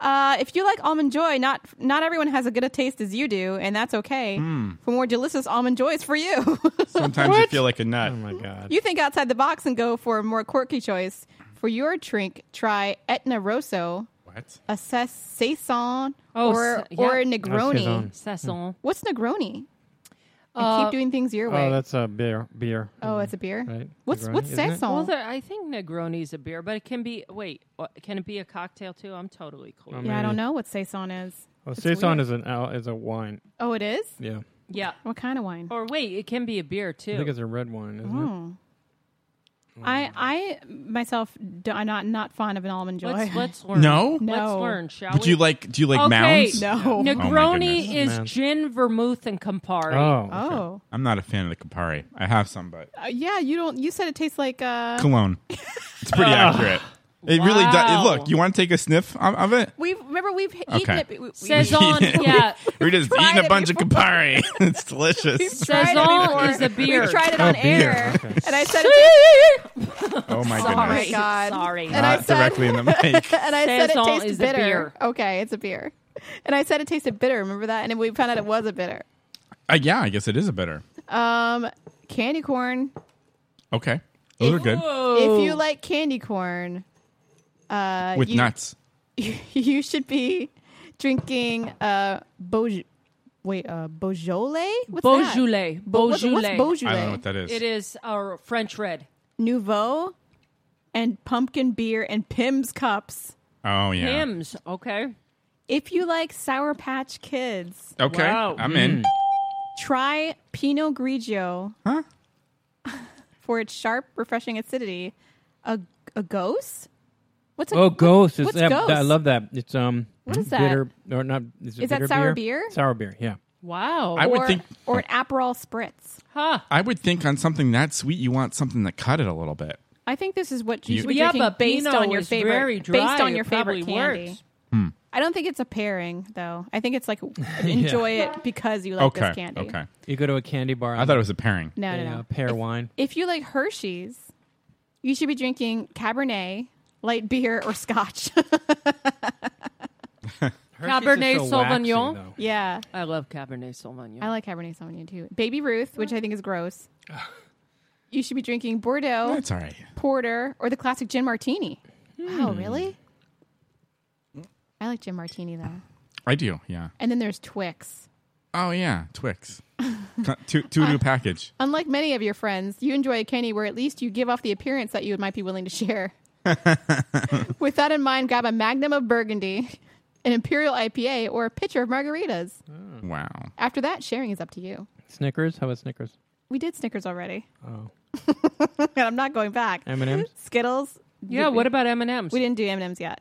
Uh, if you like almond joy, not not everyone has as good a taste as you do, and that's okay.
Hmm.
Mm.
For more delicious almond joys for you,
Sometimes you feel like a nut. Oh
my god.
you think outside the box and go for a more quirky choice. For your drink, try Etna Rosso,
What?
a Ces- saison,
Oh,
or
sa- yeah.
or a
Oh,
Negroni.
saison.
Saison.
What's Negroni? I
Uh,
keep doing things your way.
Oh, that's a beer. Beer.
Oh, it's a beer?
Right.
What's-
Negroni,
what's
isn't it?
Saison?
Well, there, I think Negroni's a beer, but it can be. Wait, what, can it be a cocktail too? I'm totally cool.
Oh,
yeah, I
maybe.
don't know what saison is.
Well,
It's
saison
weird.
is an al- is a wine.
Oh, it is.
Yeah,
Yeah.
What kind of wine?
Or wait, it can be a beer too.
I think it's a red wine, isn't it?
Oh. I I myself do, I'm not not fond of an almond joy.
Let's, let's learn.
No?
Let's learn, shall
But
we?
do you like- do you like
okay.
mounds?
No.
Yeah. Oh, my
Negroni
goodness.
is
Mounds.
gin, vermouth, and Campari.
Oh,
okay. Oh.
I'm not a fan of the Campari. I have some, but
Uh, yeah, you don't. You said it tastes like uh,
cologne. It's pretty
Oh.
Ugh.
accurate. It really
Wow.
does. Look, you want to take a sniff of of it?
We've remember we've eaten
Okay.
it. We, we-
Saison, yeah.
We're just
tried
eating
it
a bunch of Campari. it's delicious.
tried it
Saison
before.
is a beer.
We tried it on
Oh, beer.
air,
Okay.
and I said, it
Oh my
Sorry.
goodness!
"Oh my god,
Sorry.
And I
Not
said,
directly in the mic.
and I said it
Saison
tasted
is a
bitter.
beer.
Okay, it's a beer. And I said it tasted bitter. Remember that? And then we found out it was a bitter.
Uh, yeah, I guess it is a bitter.
Um, candy corn.
Okay, those are good
If
Oh.
you like candy corn, uh,
with
you,
nuts.
you should be drinking uh, Beauj- wait, uh, Beaujolais. What's that?
Beaujolais.
Bo- what's- what's
Beaujolais.
Beaujolais?
I don't know what that is.
It is our French red.
Nouveau and pumpkin beer and Pim's cups.
Oh yeah.
Hymns. Okay.
If you like Sour Patch Kids,
Okay,
Wow.
I'm
Mm.
in.
try Pinot Grigio.
Huh?
for its sharp, refreshing acidity. A a ghost? What's a
Oh, ghost is
What's
that,
ghost?
that- I love that. It's um.
What is that?
bitter, Or not? Is, it
Is that
bitter
sour
beer?
beer?
Sour beer. Yeah.
Wow.
I would
or,
think-
or an Aperol spritz.
Huh.
I would think on something that sweet, you want something to cut it a little bit.
I think this is what you,
You-
should be
Yeah,
drinking
but
based
Pinot
on your
is
favorite
very dry.
based on
It
your favorite
probably
candy.
works.
Hmm.
I don't think it's a pairing though. I think it's like enjoy it because you like
okay.
this candy.
Okay.
You go to a candy bar.
I thought it was a pairing.
No,
they,
no, no.
uh, pear wine.
If you like Hershey's, you should be drinking Cabernet, light beer, or Scotch.
Cabernet
Hershey's is so waxy,
Sauvignon.
though.
yeah,
I love Cabernet Sauvignon.
I like Cabernet Sauvignon too. Baby Ruth, which I think is gross. you should be drinking Bordeaux,
That's all right.
Porter, or the classic gin martini.
Hmm.
Wow, really? I like gin martini though.
I do. Yeah.
And then there's Twix.
Oh yeah, Twix. Co- two two new package.
Unlike many of your friends, you enjoy a candy where at least you give off the appearance that you might be willing to share. With that in mind, grab a magnum of burgundy, an imperial IPA, or a pitcher of margaritas.
Wow.
After that, sharing is up to you.
Snickers. How about Snickers?
We did Snickers already,
Oh,
and I'm not going back.
M and M's.
Skittles.
Yeah.
We-
What about M and M's?
We didn't do M and M's yet.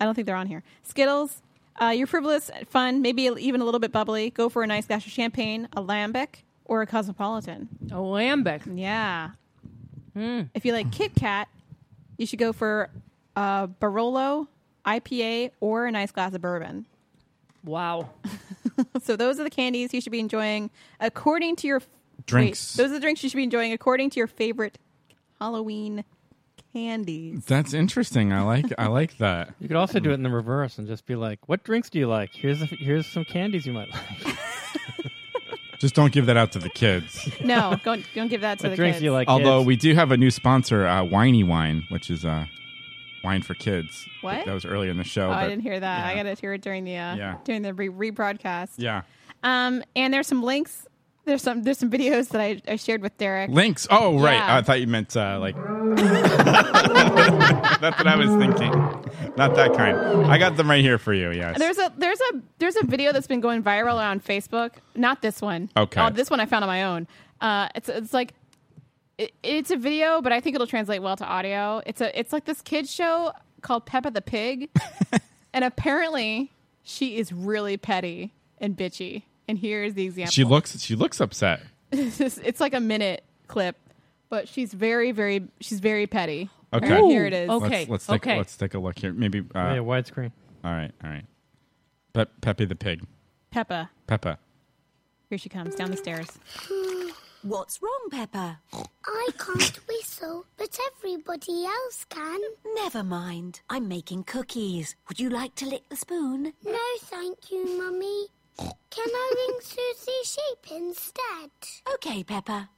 I don't think they're on here. Skittles. Uh, you're frivolous, fun, maybe even a little bit bubbly. Go for a nice glass of champagne, a lambic, or a cosmopolitan.
Oh, Alembic.
Yeah. If you like Kit Kat, you should go for uh, Barolo, IPA, or a nice glass of bourbon.
Wow.
So those are the candies you should be enjoying according to your
Drinks.
wait, those are the drinks you should be enjoying according to your favorite Halloween candies.
That's interesting. I like I like that.
You could also
Mm.
do it in the reverse and just be like, "What drinks do you like? Here's a, here's some candies you might like.
Just don't give that out to the kids.
No, don't don't give that to
what
the
drinks
kids.
do you like?"
Although
kids?
we do have a new sponsor, uh, Whiny Wine, which is uh, wine for kids.
What?
That was earlier in the show.
Oh, I
but-
didn't hear that. I
yeah.
got to hear it during the uh,
Yeah.
during the re- rebroadcast.
Yeah.
Um, and there's some links. There's some there's some videos that I, I shared with Derek.
Links. Oh, right.
Yeah.
I thought you meant uh, like. That's what I was thinking. Not that kind. I got them right here for you. Yes.
There's a there's a there's a video that's been going viral on Facebook. Not this one.
Okay.
Oh, this one I found on my own. Uh, it's it's like it, it's a video, but I think it'll translate well to audio. It's a it's like this kid show called Peppa the Pig, and apparently she is really petty and bitchy. And here's the example.
she looks. She looks upset.
it's like a minute clip, but she's very very she's very petty.
Okay.
And here it is.
Ooh, okay.
Let's, let's take.
okay.
Let's take a look here. Maybe. Uh,
yeah, widescreen.
All right. All right. Pe- Peppy the pig.
Peppa,
Peppa.
here she comes down the stairs.
What's wrong, Pepper?
I can't whistle, but everybody else can.
Never mind. I'm making cookies. Would you like to lick the spoon?
No, thank you, Mummy. Can I ring Susie Sheep instead?
Okay, Pepper.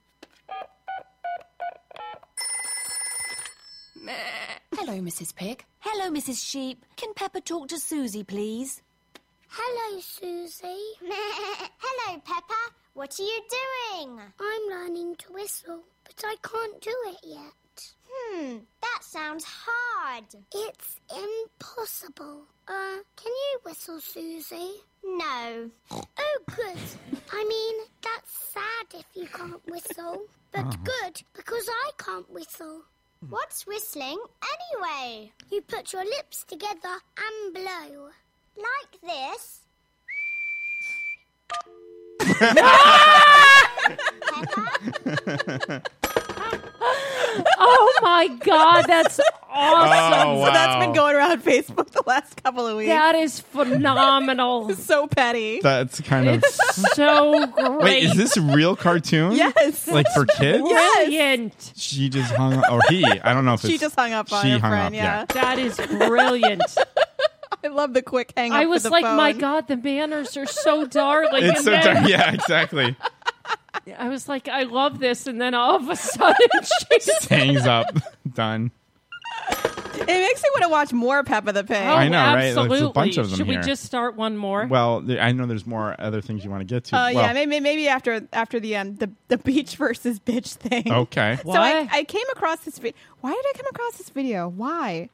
Hello, Mrs. Pig. Hello, Mrs. Sheep. Can Pepper talk to Susie, please?
Hello, Susie. Hello, Peppa. What are you doing? I'm learning to whistle, but I can't do it yet. Hmm, that sounds hard. It's impossible. Uh, can you whistle, Susie? No. oh, good. I mean, that's sad if you can't whistle, but Uh-huh. good because I can't whistle. What's whistling anyway? You put your lips together and blow. Like this.
oh my god, that's
Uh,
awesome!
So that's been going around Facebook the last couple of weeks.
That is phenomenal.
so petty.
That's kind of.
so great.
Wait, is this a real cartoon?
Yes.
Like for kids?
Brilliant.
She just hung up, or he. I don't know if
She
it's.
just hung up on
she
her
hung
friend,
up, yeah.
That is brilliant.
I love the quick hang up.
I
with
was
the
like, my
phone.
god, the manners are so darling.
It's
and
so
then-
dark. Yeah, exactly.
I was like, I love this, and then all of a sudden she's
Hangs up. Done.
It makes me want to watch more Peppa the Pig. Uh,
I know, right? There's a bunch of them
Oh, Should
here.
we just start one more?
Well, there, I know there's more other things you want to get to.
Oh
Well,
yeah, maybe maybe after after the um the, the beach versus bitch thing.
Okay.
So I, I came across this video. Why did I come across this video? Why?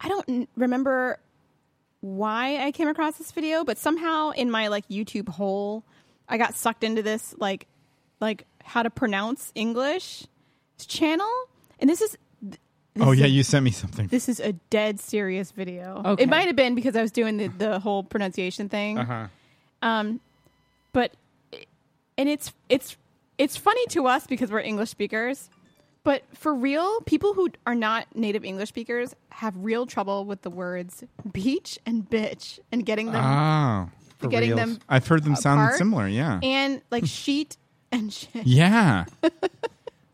I don't n- remember why I came across this video, but somehow in my like YouTube hole, I got sucked into this like like how to pronounce English channel, and this is
Oh yeah, you sent me something.
this is a dead serious video.
Okay.
It might have been because I was doing the, the whole pronunciation thing.
Uh huh.
Um, but and it's it's it's funny to us because we're English speakers, but for real, people who are not native English speakers have real trouble with the words beach and bitch and getting them
Oh, for
getting
reals.
them.
I've heard them sound
apart.
similar. Yeah.
and like sheet and shit.
yeah.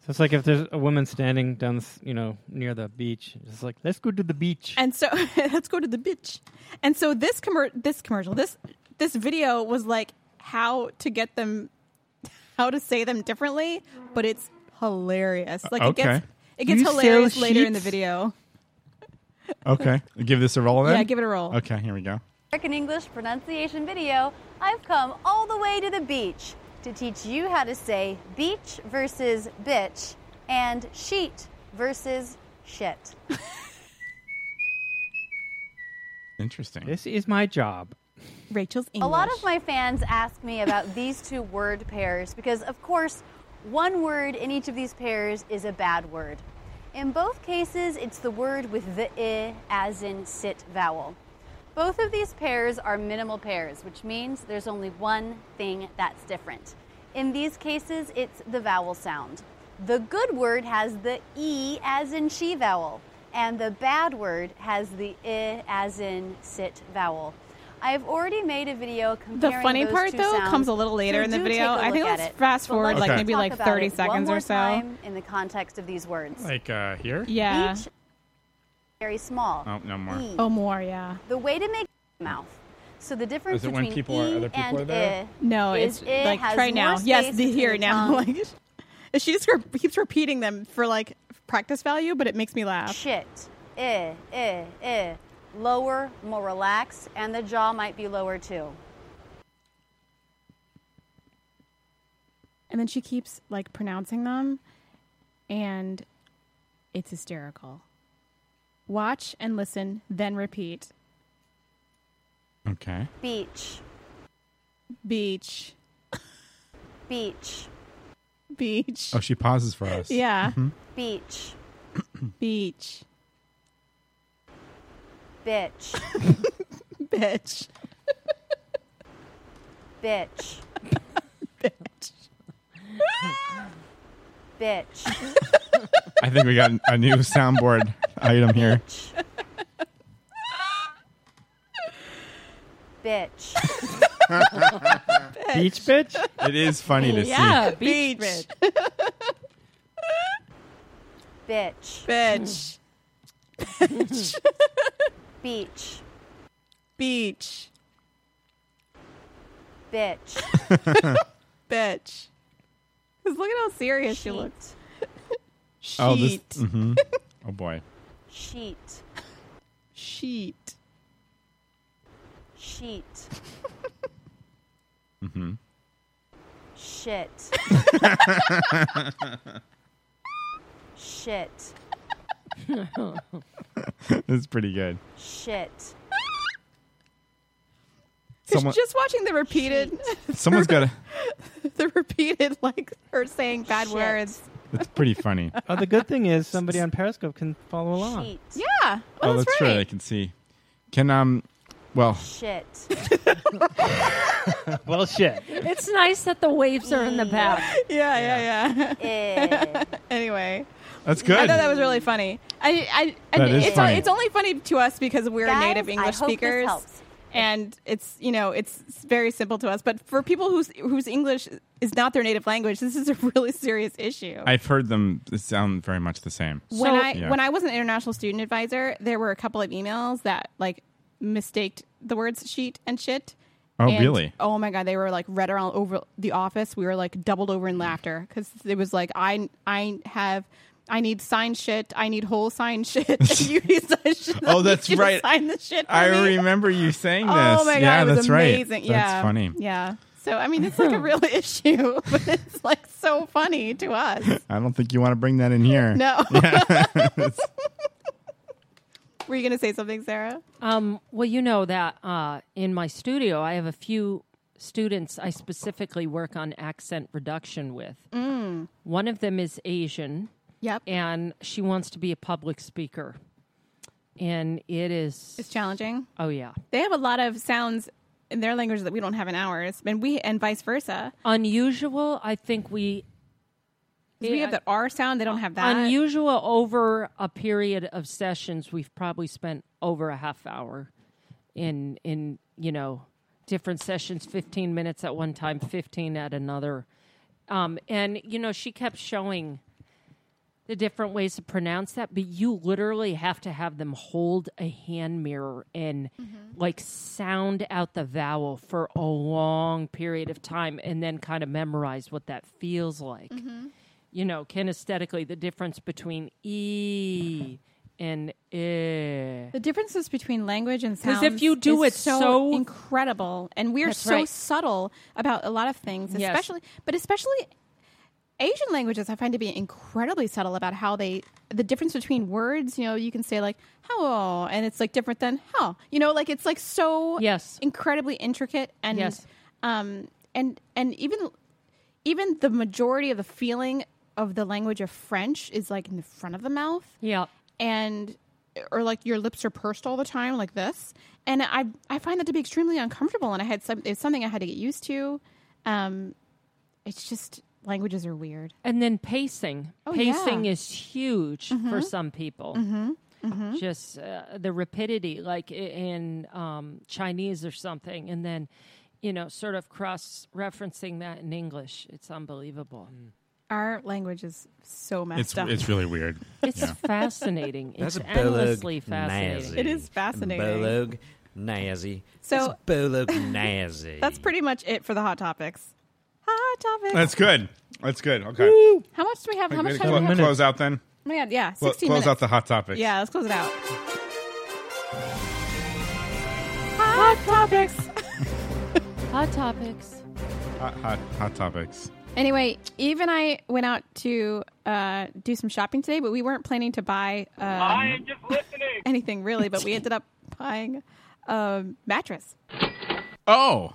So it's like if there's a woman standing down, the, s- you know, near the beach. It's like let's go to the beach.
And so let's go to the bitch. And so this commer- this commercial, this this video was like how to get them how to say them differently, but it's hilarious. Like
Okay.
it gets it gets
You sell
hilarious later in the
sheets?
video.
Okay. Give this a roll. Then?
Yeah, give it a roll.
Okay. Here we go.
American English pronunciation video, I've come all the way to the beach to teach you how to say beach versus bitch and sheet versus shit.
Interesting.
This is my job.
Rachel's
A lot of my fans ask me about these two word pairs because, of course, one word in each of these pairs is a bad word. In both cases, it's the word with the i as in sit vowel. Both of these pairs are minimal pairs, which means there's only one thing that's different. In these cases, it's the vowel sound. The good word has the e as in she vowel, and the bad word has the i as in sit vowel. I've already made a video comparing
funny
those
part,
two
though,
sounds,
comes a little later
so
in the
do
video.
take a
I think
look at
let's
it.
fast
But
forward,
let's
like,
just
maybe,
talk
like,
about
30
it one
seconds
more
or so.
time in the context of these words.
Like uh here.
Yeah.
Each very small.
Oh, no more.
E.
Oh more, yeah.
The way to make mouth. So the difference
Is it when
between
people or
e
other people
and
are there?
i
No,
is
it's
i
like
has
try now.
more
Yes,
space
the here
between the
now.
tongue
Like she just re- keeps repeating them for like practice value, but it makes me laugh.
Shit. Eh, eh, eh. Lower, more relaxed, and the jaw might be lower too.
And then she keeps like pronouncing them, and it's hysterical. Watch and listen, then repeat.
Okay.
Beach.
Beach.
Beach.
Beach.
Oh, she pauses for us.
Yeah.
Mhm.
Beach.
Beach.
Bitch.
Bitch.
Bitch.
Bitch.
Bitch.
I think we got a new soundboard item here.
Bitch.
Beach bitch?
It is funny to
yeah,
see.
beach. bitch.
Bitch.
Bitch.
Bitch. Beach.
Beach.
Bitch.
Bitch. 'Cause look at how serious she looked.
Oh, this.
Sheet.
mhm. Oh boy.
Sheet.
Sheet.
Sheet.
Mm-hmm.
Shit. Shit.
That's pretty good.
Shit.
Someone,
Just watching the repeated.
someone's got to.
the repeated like her saying bad words.
It's pretty funny.
Oh, the good thing is somebody on Periscope can follow along.
Yeah. Well,
oh, that's, right. I can see. Can um, well,
Shit.
well, shit.
It's nice that the waves are in the back.
Yeah, yeah, yeah. anyway.
That's good.
I thought that was really funny. I, I,
That
and
is
it's,
funny.
it's only funny to us because we're
Guys,
native
I
English
hope this
speakers,
helps.
and it's you know it's very simple to us. But for people whose whose English is not their native language, this is a really serious issue.
I've heard them sound very much the same.
when I
Yeah.
when I was an international student advisor, there were a couple of emails that like mistaked the words sheet and shit.
Oh,
And,
really?
Oh my god, they were like read around over the office. We were like doubled over
Mm.
in laughter because it was like I I have. I need sign shit. I need whole sign shit. and you need sign shit. I
Oh,
need
that's
you to
right.
Sign the shit. for
I
me.
remember you saying this.
Oh my god,
yeah,
it was
that's
amazing.
right.
Yeah,
That's funny.
Yeah. So I mean, it's like a real issue, but it's like so funny to us.
I don't think you want to bring that in here.
No.
Yeah.
Were you going to say something, Sarah?
Um, well, you know that uh, in my studio, I have a few students I specifically work on accent reduction with.
Mm.
One of them is Asian.
Yep.
And she wants to be a public speaker. And it is.
It's challenging.
Oh, yeah.
They have a lot of sounds in their language that we don't have in ours, and we and vice versa.
Unusual, I think we.
'Cause we have the R sound; they don't have that.
Unusual over a period of sessions, we've probably spent over a half hour in in you know different sessions, fifteen minutes at one time, fifteen at another, um, and you know she kept showing the different ways to pronounce that, but you literally have to have them hold a hand mirror and
Mm-hmm.
like sound out the vowel for a long period of time and then kind of memorize what that feels like.
Mm-hmm.
You know, kinesthetically, the difference between E and I.
the differences between language and
'Cause
sounds.
if you do
is
it
so,
so-
incredible, and we're
That's
so
right.
subtle about a lot of things,
Yes.
especially, but especially Asian languages, I find to be incredibly subtle about how they the difference between words. You know, you can say like "how" and it's like different than "how." You know, like it's like so
yes,
incredibly intricate and
Yes.
um and and even even the majority of the feeling of the language of French is like in the front of the mouth
Yeah.
and or like your lips are pursed all the time like this and i i find that to be extremely uncomfortable and i had some it's something i had to get used to um it's just languages are weird
And then pacing.
Oh, yeah.
pacing is huge for
Mhm.
some people.
Mhm. Mhm.
Just uh, the rapidity, like i- in um, Chinese or something, and then you know, sort of cross referencing that in English. It's unbelievable.
Mm,
our language is so messed
It's
up
it's really weird.
It's
Yeah.
fascinating.
That's
it's
a bolog
endlessly fascinating.
Nazi.
It is fascinating.
Bolog Nazi.
So-
That's bolog Nazi.
that's pretty much it for the hot topics hot topics
That's good. That's good. Okay.
how much do we have how much
Wait,
time
clo-
do we have
close out then.
oh my god yeah
Clo-
16
close
minutes.
out the hot topics.
yeah let's close it out hot topics
hot topics
Hot, hot, hot topics.
Anyway, Eve and I went out to uh, do some shopping today, but we weren't planning to buy uh,
I am just listening.
anything really. But we ended up buying a mattress.
Oh,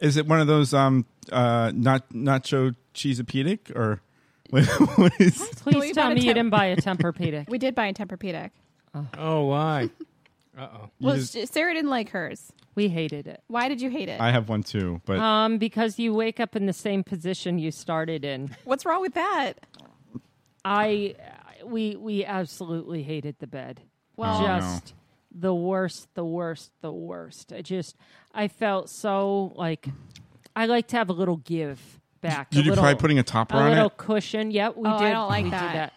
is it one of those um uh not nacho cheesepedic or what, what is?
So we
Please tell
bought a
me you
temp-
didn't buy a Tempur-Pedic.
We did buy a Tempur-Pedic.
Oh, why? Uh oh.
Well, s- Sarah didn't like hers.
We hated it.
Why did you hate it?
I have one too, but
um, because you wake up in the same position you started in.
What's wrong with that?
I we we absolutely hated the bed.
Well- Oh,
just the worst, the worst, the worst. I just, I felt so like, I like to have a little give back. a
Did you
little-
try putting a topper
a
on
little
it?
cushion? Yep, we
Oh, I
did.
don't like
we
that.
Did that.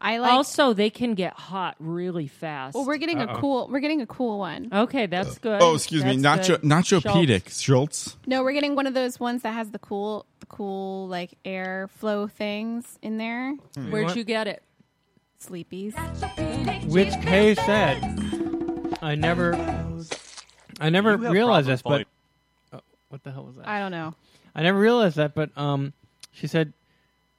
I like-
also they can get hot really fast.
Well, we're getting a cool. We're getting a cool one.
Okay, that's good.
Oh, excuse me,
That's
nacho,
good.
nacho
Schultz.
pedic Schultz.
No, we're getting one of those ones that has the cool, the cool like air flow things in there.
Hmm. Where'd What? you
get it?
Sleepies.
Which Kay said, I never, I never
You have
realized
problem
this, but Oh, what the hell was that?
I don't know.
I never realized that, but um, she said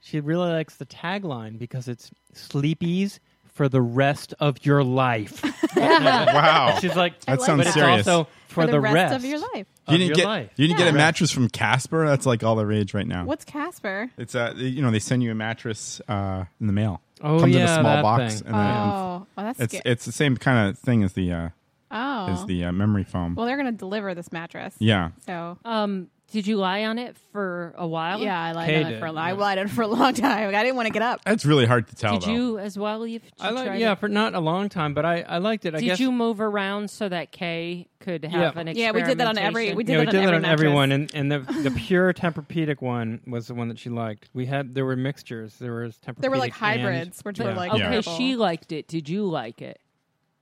she really likes the tagline because it's "Sleepies for the rest of your life."
Wow.
she's like
That
"But
sounds
it's
serious.
Also for, the, rest,
of your life.
You
of
didn't
your
get
life.
you didn't
Yeah.
get a mattress from Casper. That's like all the rage right now.
What's Casper?
It's uh, you know, they send you a mattress uh, in the mail.
Oh,
comes in
yeah,
a small
that
box.
thing.
And then
Oh. Oh, that's
it's
sca-
it's the same kind of thing as the uh,
Oh.
as the uh, memory foam.
Well, they're gonna deliver this mattress.
Yeah.
So.
Um, did you lie on it for a while?
Yeah, I lied
Kay
on it for a
did,
long. I lied on it for a long time. Like, I didn't want to get up.
That's really hard to tell.
Did
though.
you as well? You've you
I like,
tried
yeah,
it?
for not a long time, but I, I liked it. I
did
guess
you move around so that Kay could have
Yeah.
an
Yeah, we did that on every- we
experimentation?
did
yeah,
that
we
on
did that
every
on
mattress.
everyone, and, and the the pure Tempur-Pedic one was the one that she liked. We had there were mixtures. There was Tempur-Pedic.
There were, like,
and-
hybrids, which were, like,
okay,
terrible.
she liked it. Did you like it?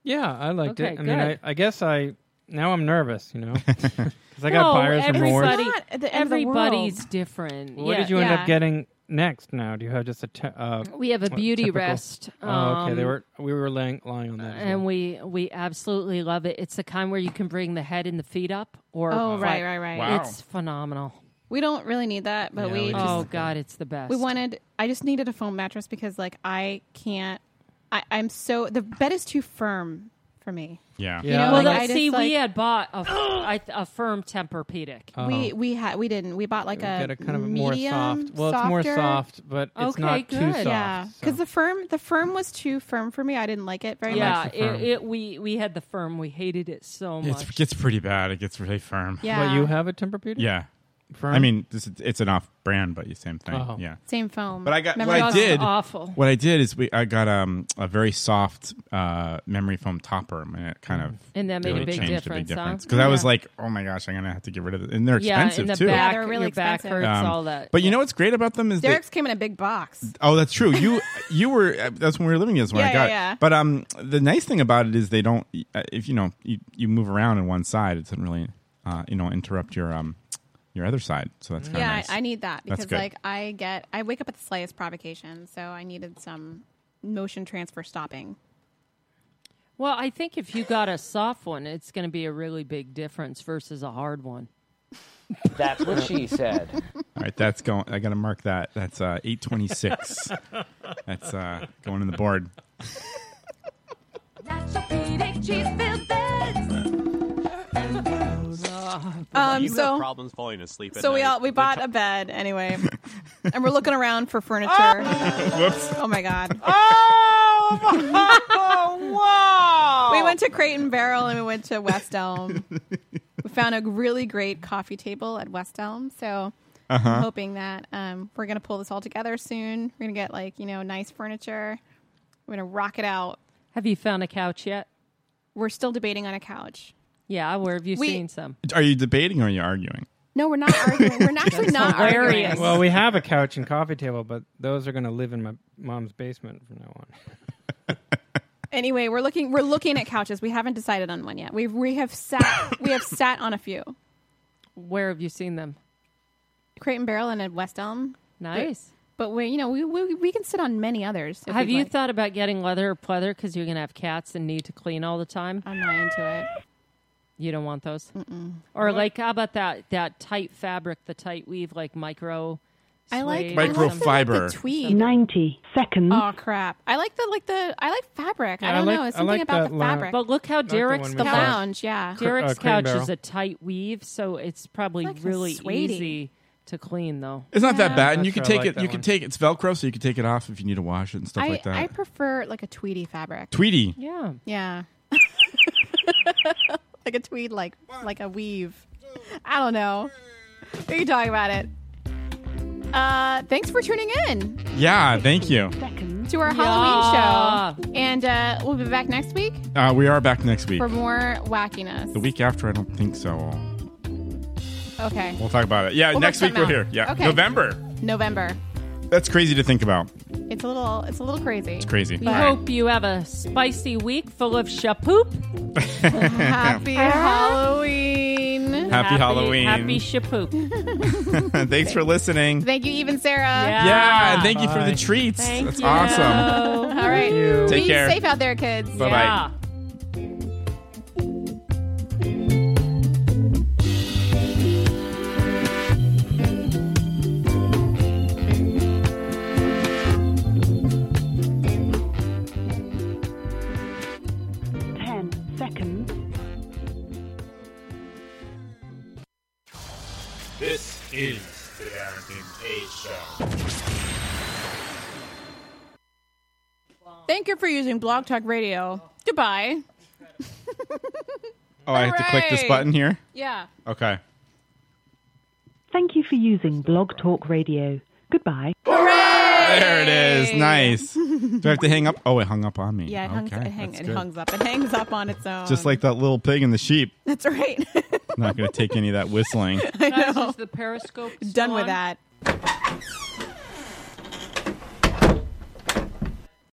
yeah, I liked
Okay,
it. I mean, I,
good.
I guess I now I'm nervous, you know, because I got
no,
buyer's remorse.
everybody,
It's not at the end of the world.
everybody's different.
What
yeah.
did you end up getting next? Now, do you have just a? Te- uh,
We have a
what,
beauty
typical-
rest,
oh, okay, they
um,
were we were laying, lying on that. as well.
And we we absolutely love it. It's the kind where you can bring the head and the feet up, or
Oh,
flat.
right, right, right. Wow.
It's phenomenal.
We don't really need that, but we.
Yeah, we
just,
just- Oh, God, it's the best.
We wanted. I just needed a foam mattress because, like, I can't. I, I'm so the bed is too firm for me.
Yeah.
You know,
well,
like, I
that's
just,
see,
like-
we had bought a, I th- a firm Tempur-Pedic.
Oh,
We we had we didn't. We bought like
We
a,
get a kind of more
medium,
soft- well, it's more
softer.
soft, but it's
Okay, not too good. soft,
Yeah, because the firm the firm was too firm for me. I didn't like it very
yeah,
much.
it, it, we we had the firm. We hated it so much.
It's- It gets pretty bad. It gets really firm.
Yeah. What,
you have a Tempur-Pedic?
Yeah.
Firm?
I mean, this, it's an off-brand, but the same thing.
Oh.
Yeah.
Same foam.
But I got
Memory
what I
foam.
did.
Awful.
What I did is we I got um a very soft uh memory foam topper, and it kind of
And that made a
really
big
changed
difference, huh?
because I was
Yeah.
like, oh my gosh, I'm gonna have to get rid of it, and they're
Yeah,
expensive
and the
too.
back,
they're really
your back
expensive.
hurts,
Um,
all that.
But you know what's great about them is they
Derek's came in a big box.
Oh, that's true. You you were uh, that's when we were living is when
Yeah,
I got. it.
yeah, yeah.
But um, the nice thing about it is they don't. uh, If you know you, you move around on one side, it doesn't really uh, you know interrupt your um your other side. So that's kind of
yeah,
nice.
I, I need that
That's
because
good.
like I get I wake up at the slightest provocation, so I needed some motion transfer stopping.
Well, I think if you got a soft one, it's going to be a really big difference versus a hard one.
That's what she said.
All right, that's going. I got to mark that. That's uh, eight twenty six. that's uh, going in the board.
Um,
you
so-
have problems falling asleep. At
So we
night.
all we bought a bed anyway, and we're looking around for furniture.
Ah!
Whoops!
Oh my god!
Oh, wow!
We went to Crate and Barrel and we went to West Elm. we found a really great coffee table at West Elm, so
Uh-huh.
I'm hoping that um, we're gonna pull this all together soon. We're gonna get like you know nice furniture. We're gonna rock it out.
Have you found a couch yet?
We're still debating on a couch.
Yeah, where have you
We-
seen some?
Are you debating or are you arguing?
No, we're not arguing. We're actually not arguing.
Well, we have a couch and coffee table, but those are going to live in my mom's basement from now on.
Anyway, we're looking we're looking at couches. We haven't decided on one yet. We've we have sat we have sat on a few.
Where have you seen them?
Crate and Barrel and at West Elm.
Nice.
But, but we you know, we, we we can sit on many others. if
have
we'd
you
like.
thought about getting leather or pleather because you're going to have cats and need to clean all the time?
I'm not into it.
You don't want those? Mm-mm. Or like, how about that that tight fabric, the tight weave, like micro?
I like
suede or
I like
something?
the, like, the tweed.
Ninety seconds.
Oh crap. I like the like the I like fabric.
Yeah,
I
I
don't
like-
know. It's
I
something
like
about
that
the
lounge.
fabric.
But look how
Like the
Derek's
one we
the
saw. lounge, yeah. Cr-
Derek's
uh, Crate
couch
and
is
Barrel.
a tight weave, so it's probably
Like a
really
suede-y.
easy to clean though.
It's not that
Yeah.
bad, and
Not
you can
sure I
take
like
it.
that
You
one.
can take it's Velcro, so you can take it off if you need to wash it and stuff
I,
like that.
I prefer like a tweedy fabric.
Tweedy.
Yeah.
Yeah. like a tweed like like a weave. I don't know. We can talk about it. Uh thanks for tuning in.
yeah, thank you.
Seconds. to our Halloween show. And uh, we'll be back next week
Uh, we are back next week.
for more wackiness.
The week after, I don't think so.
Okay.
We'll talk about it. Yeah,
We'll
next
work
week we're
something
here.
out.
Yeah,
Okay.
November.
November.
That's crazy to think about.
It's a little it's a little crazy. It's
crazy.
We
All right.
hope you have a spicy week full of shapoop.
Happy Halloween. Happy,
Halloween.
Happy shapoop.
Thanks for listening.
Thank you, even Sarah.
Yeah, and thank you for the treats. That's awesome.
All right.
you. Take
Be
care.
safe out there, kids.
Bye-bye. Yeah.
Ten seconds.
This is the Darrington A Show.
Thank you for using Blog Talk Radio. Goodbye.
Oh, I have to click this
Hooray.
button here?
Yeah.
Okay.
Thank you for using Blog Talk Radio. Goodbye.
There it is. Nice. Do I have to hang up? Oh, it hung up on me.
Yeah, it, hungs,
Okay,
it, hang,
that's
it
good.
hungs up. It hangs up on its own.
Just like that little pig and the sheep.
That's right.
Not going to take any of that whistling.
I know.
the periscope.
Done with that.